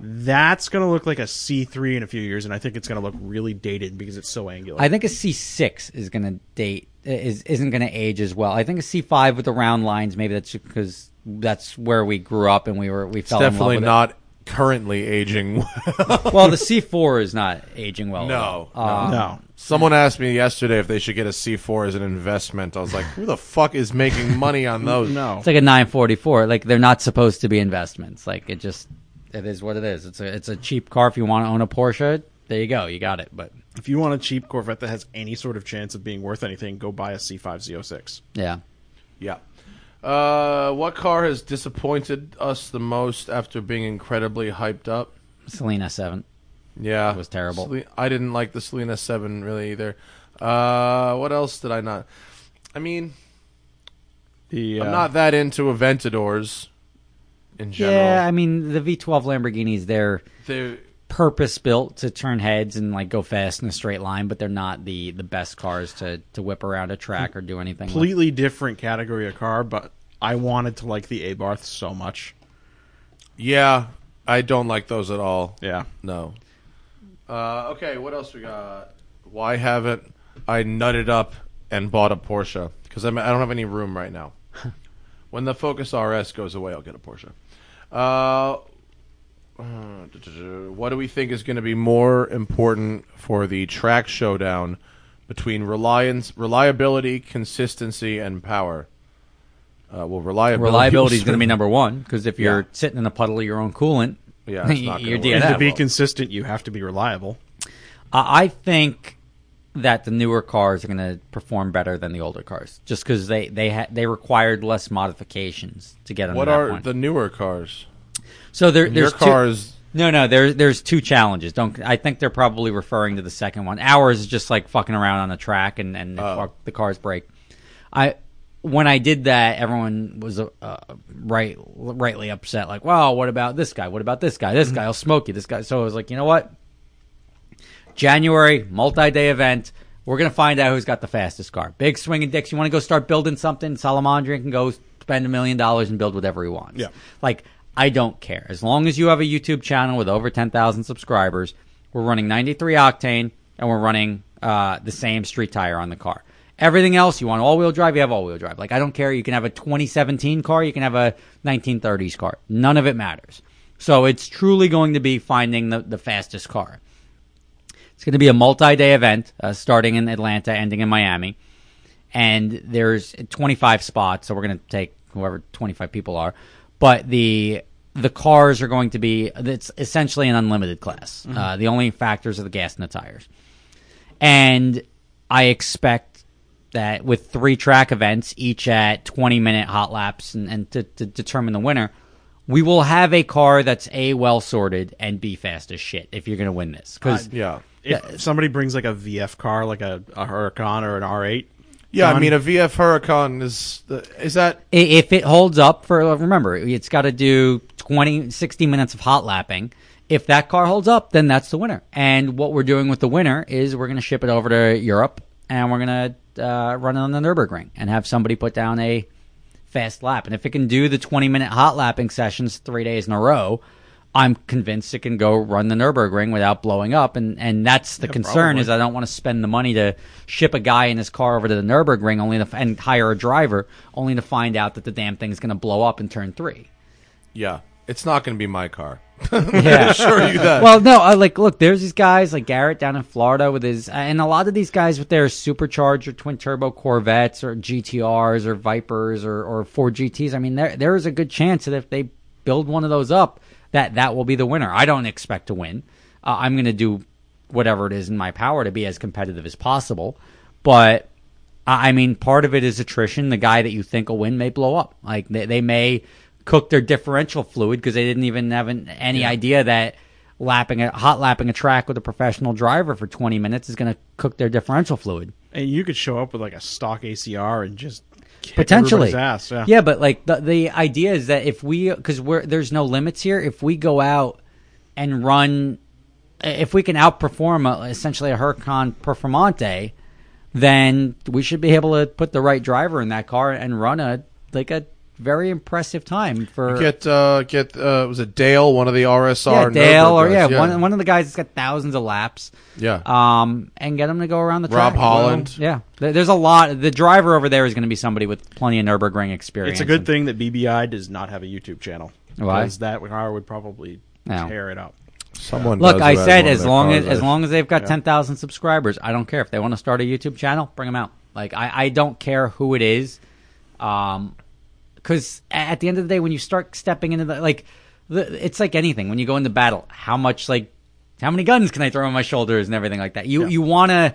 that's going to look like a C3 in a few years, and I think it's going to look really dated because it's so angular. I think a C6 is going to date is isn't going to age as well. I think a C5 with the round lines, maybe that's because that's where we grew up and we were we fell in love definitely with it. not currently aging well. well, the C4 is not aging well. at No, no. all. Um, no. Someone asked me yesterday if they should get a C4 as an investment. I was like, who the fuck is making money on those? No. It's like a 944. Like they're not supposed to be investments. Like it just it is what it is. It's a it's a cheap car if you want to own a Porsche. There you go. You got it. But If you want a cheap Corvette that has any sort of chance of being worth anything, go buy a C5 Z06. yeah. Yeah. Uh, what car has disappointed us the most after being incredibly hyped up? Selena 7. Yeah, was terrible. Sele- I didn't like the Selena Seven really either. Uh, what else did I not? I mean, The uh, I'm not that into Aventadors in general. Yeah, I mean the V12 Lamborghinis they're They're- purpose built to turn heads and like go fast in a straight line, but they're not the the best cars to to whip around a track or do anything. with. completely different category of car, but I wanted to like the Abarth so much. yeah, I don't like those at all. Yeah. No. Uh, okay, what else we got? Why haven't I nutted up and bought a Porsche? Because I don't have any room right now. when the Focus RS goes away, I'll get a Porsche. Uh, uh, what do we think is going to be more important for the track showdown between reliance, reliability, consistency, and power? Uh, well, reliability. Reliability is going to be number one because if you're Yeah. sitting in a puddle of your own coolant, Yeah, it's not gonna you're work. DNF. And to be well. consistent, you have to be reliable. I I think that the newer cars are going to perform better than the older cars, just because they they ha- they required less modifications to get on What that are one. the newer cars? so there, Your there's two- cars. no, no. There's there's two challenges. Don't I think they're probably referring to the second one. Ours is just like fucking around on the track and and Oh. fuck, the cars break. I when I did that, everyone was uh, uh, right rightly upset. Like, well, what about this guy? What about this guy? Mm-hmm. This guy will smoke you. This guy. So I was like, you know what? January multi-day event. We're gonna find out who's got the fastest car. Big swinging dicks. You want to go start building something? Salamandrian can go spend a million dollars and build whatever he wants. Yeah. Like I don't care as long as you have a YouTube channel with over ten thousand subscribers. We're running 93 octane and we're running uh, the same street tire on the car. Everything else, you want all-wheel drive, you have all-wheel drive. Like I don't care. You can have a 2017 car, you can have a 1930s car. None of it matters. So it's truly going to be finding the, the fastest car. It's going to be a multi-day event, uh, starting in Atlanta, ending in Miami, and there's 25 spots. So we're going to take whoever 25 people are, but the the cars are going to be it's essentially an unlimited class. Uh, the only factors are the gas and the tires, and I expect that with three track events, each at 20 minute hot laps, and, and to, to determine the winner. We will have a car that's a well sorted and b fast as shit if you're going to win this because Yeah. If somebody brings like a VF car, like a, a Huracan or an R8, Yeah, I John? mean a VF Huracan is the, is that I- if it holds up for remember it's got to do 20 60 minutes of hot lapping if that car holds up then that's the winner and what we're doing with the winner is we're going to ship it over to europe and we're going to uh, run it on the nürburgring and have somebody put down a fast lap and if it can do the 20 minute hot lapping sessions three days in a row i'm convinced it can go run the nürburgring without blowing up and, and that's the concern probably. is I don't want to spend the money to ship a guy in his car over to the Nurburgring only to, f- and hire a driver only to find out that the damn thing's going to blow up in turn three. yeah, it's not going to be my car. Yeah. Assure you that. Well, no, I like look. There's these guys like Garrett down in Florida with his, uh, and a lot of these guys with their supercharger, twin turbo Corvettes or GTRs or Vipers or or four GTS. I mean, there there is a good chance that if they build one of those up, that that will be the winner. I don't expect to win. Uh, I'm going to do whatever it is in my power to be as competitive as possible, but I I mean, part of it is attrition. The guy that you think will win may blow up. Like they, they may cook their differential fluid because they didn't even have an, any idea that lapping a hot lapping a track with a professional driver for 20 minutes is going to cook their differential fluid and you could show up with like a stock ACR and just kick potentially everybody's ass. Yeah. but like the the idea is that if we because we're there's no limits here if we go out and run if we can outperform a, essentially a Huracan Performante then we should be able to put the right driver in that car and run a like a very impressive time for Get uh, get uh, was it Dale? One of the RSR yeah, Dale or Nürburgrings, yeah, one one of the guys that's got thousands of laps yeah. um, and get them to go around the Rob track. Holland. Well, yeah, There- there's a lot. The driver over there is going to be somebody with plenty of Nurburgring It's experience. a good thing that BBI does not have a YouTube channel. Why? Because that car would probably No. tear it up. Someone Look, does I it, said one of as their long cars, as as I- long as they've got Yeah. ten thousand subscribers, I don't care if they want to start a YouTube channel. Bring them out. Like I, I don't care who it is, um, because at the end of the day, when you start stepping into the like, the, it's like anything. When you go into battle, how much like, how many guns can I throw on my shoulders and everything like that. You Yeah. you want to.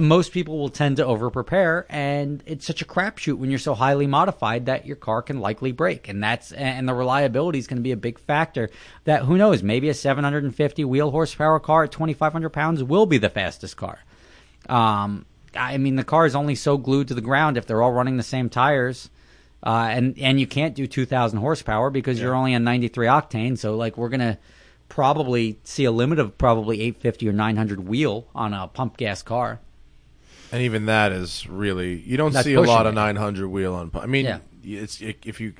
Most people will tend to over prepare, and it's such a crapshoot when you're so highly modified that your car can likely break, and that's and the reliability is going to be a big factor. That who knows, maybe a 750 wheel horsepower car at 2,500 pounds will be the fastest car. Um, I mean, the car is only so glued to the ground if they're all running the same tires, uh, and and you can't do 2,000 horsepower because you're only on 93 octane. So like we're gonna probably see a limit of probably 850 or 900 wheel on a pump gas car. and even that is really you don't That's see a lot pushing of it. 900 wheel on. I mean, Yeah. it's if you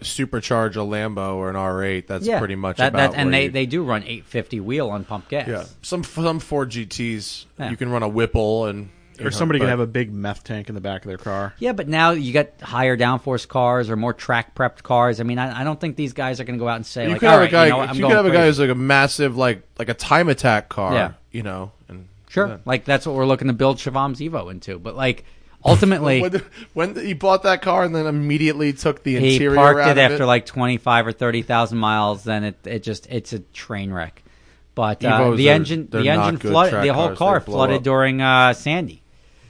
supercharge a Lambo or an R8, that's pretty much that, about that- and where they, you- they do run 850 wheel on pump gas. yeah some some Ford GTS Yeah. you can run a Whipple and Or somebody but- could have a big meth tank in the back of their car. Yeah, but now you got higher downforce cars or more track prepped cars. I mean, I, I don't think these guys are going to go out and say You like, could "All have right, a guy. you know what, I'm you going could have a guy crazy." who's like a massive, like like a time attack car. Yeah. You know, and Sure. Yeah. Like that's what we're looking to build Shavam's Evo into. But like ultimately When, the- when he bought that car and then immediately took the he interior parked out it of after it. like twenty five or thirty thousand miles, then it, it just it's a train wreck. But uh, Evos the are- engine they're the not engine good flooded track the whole cars. car They blow flooded up. during uh, Sandy.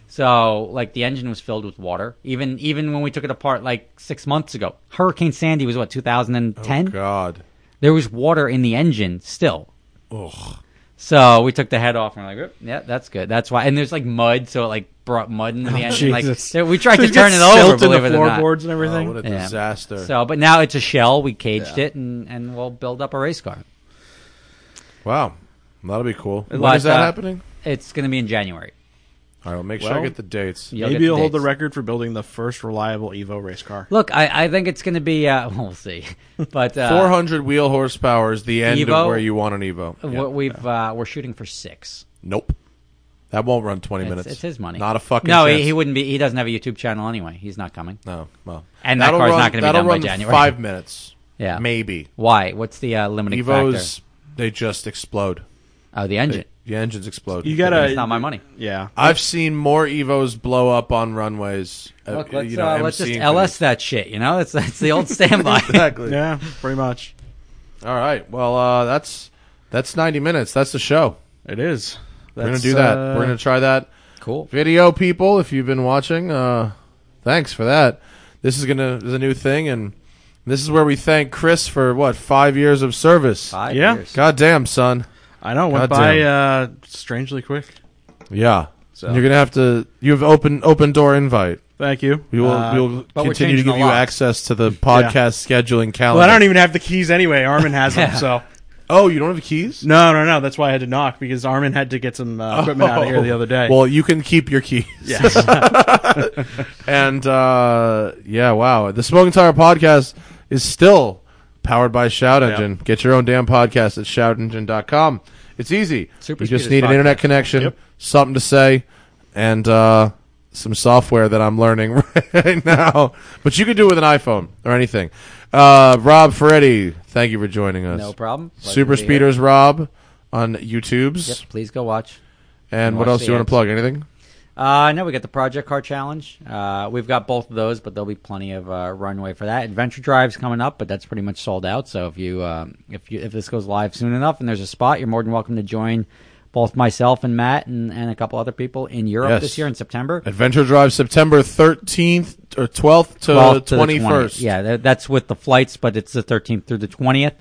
So like the engine was filled with water. Even even when we took it apart like six months ago. Hurricane Sandy was what, two thousand and ten? God. there was water in the engine still. Ugh. So we took the head off and we're like, "Oop, yeah, that's good. That's why. And there's like mud, so it like brought mud into the engine. Like Jesus. so we tried to Just turn get it over, silt in believe it the or not. floorboards and Oh, everything. what a Yeah. disaster. So, but now it's a shell. We caged it and and we'll build up a race car. wow. That'll be cool. When is Like, that uh, happening? It's going to be in January. All right, well, make sure I well, get the dates. Yeah. You'll get Maybe the you'll hold the dates. record for building the first reliable Evo race car. Look, I, I think it's going to be. Uh, we'll see, but uh, 400 wheel horsepower is the end Evo? of where you want an Evo. what Yeah. we've uh, we're shooting for six. Nope. That won't run 20 It's, minutes. it's his money. Not a fucking No, he, chance. he wouldn't be. He doesn't have a YouTube channel anyway. He's not coming. No, well. And that That'll car's run- not gonna be that'll done by run January. five minutes. Yeah. Maybe. Why? What's the uh, limiting Evos, they just explode. factor? Oh, the engine. The engines explode. You gotta. It's not my money. Yeah. I've seen more Evos blow up on runways. uh, Look, let's, you know, uh, let's just emceeing LS that shit. You know, that's that's the old standby. things. exactly. Yeah. Pretty much. All right. Well, uh, that's that's 90 minutes. That's the show. It is. We're gonna do that. uh, We're uh, gonna try that Cool. video, people. If you've been watching, uh, thanks for that. This is gonna is a new thing, and this is where we thank Chris for what five years of service. Five Yeah. years. Goddamn, son. I know. Went by uh, strangely quick. Yeah. So. And You're gonna have to. You have open open door invite. Thank you. We will Uh, we will but we're continue to changing give the you locks. access to the podcast scheduling calendar. well, I don't even have the keys anyway. Armin has them, Yeah. so e- Oh, you don't have keys? no, no, no. That's why I had to knock because Armin had to get some uh, equipment out of here the other day. Oh. Well, you can keep your keys. yeah, And uh, yeah, wow. The Smoking Tire podcast is still powered by Shout Engine. Get your own damn podcast at shoutengine.com. It's easy. Super you just speed is need an podcast. internet connection, something to say, and uh, some software that I'm learning right now. But you can do it with an iPhone or anything. Uh, Rob Ferretti, thank you for joining us. No problem. Pleasure Super to be here. Speeders Rob on YouTubes. uh, Yep, please go watch. And what Watch else the do you want ads. to plug? Anything? Uh, no, we got the Project Car Challenge. Uh, we've got both of those, but there'll be plenty of uh, runway for that. Adventure Drive's coming up, but that's pretty much sold out. So if you uh, if you if this goes live soon enough and there's a spot, you're more than welcome to join both myself and Matt and, and a couple other people in Europe Yes. Uh, this year in September. Adventure Drive September 13th or 12th to 12th to the 21st. 20th. Yeah, that, that's with the flights, but it's the 13th through the 20th,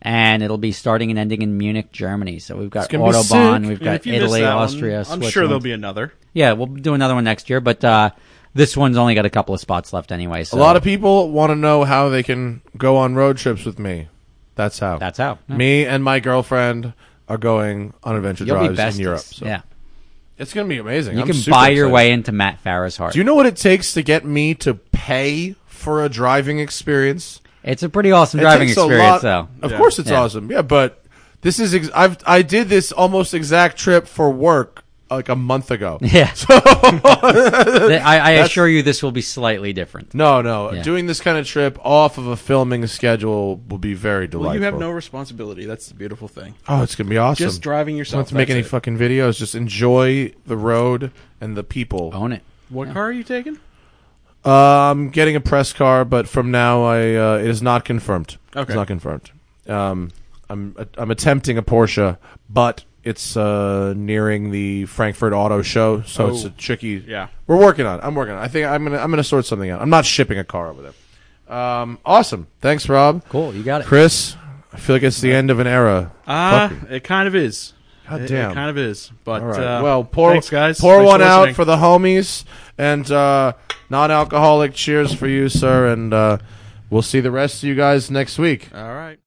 and it'll be starting and ending in Munich, Germany. So we've got gonna be Autobahn, sick. we've And got if you miss Italy, that one, Austria. I'm sure Switzerland. there'll be another. Yeah, we'll do another one next year, but uh, this one's only got a couple of spots left anyway. So A lot of people want to know how they can go on road trips with me. That's how. That's how. Yeah. Me and my girlfriend are going on adventure you'll be drives best in Europe. So Yeah, It's going to be amazing. you I'm can super buy your excited. way into Matt Farah's heart. Do you know what it takes to get me to pay for a driving experience? it's a pretty awesome It driving takes a lot- experience, though. Of course, it's Yeah. awesome. Yeah, but this is ex- I've I did this almost exact trip for work like a month ago. Yeah. So Th- I, I assure you, this will be slightly different. no, no, Yeah. doing this kind of trip off of a filming schedule will be very delightful. Well, you have no responsibility. That's the beautiful thing. Oh, it's gonna be awesome. Just driving Don't yourself. have to make that's any it. fucking videos. Just enjoy the road and the people. Own it. What car are you taking? Uh, I'm getting a press car, but from now I uh, it is not confirmed. Okay. It's not confirmed. Um, I'm I'm attempting a Porsche, but it's uh, nearing the Frankfurt Auto Show, so it's Oh. a tricky. Yeah. we're working on. it. I'm working on. it. I think I'm gonna I'm gonna sort something out. I'm not shipping a car over there. Um, awesome. Thanks, Rob. Cool. You got it. Chris, I feel like it's the end of an era. Ah, Fuck it kind of is. God It- damn. It, kind of is. But All right. uh, well, pour thanks, guys. pour Thanks one out listening. for the homies and uh, non-alcoholic cheers for you, sir. And uh, we'll see the rest of you guys next week. All right.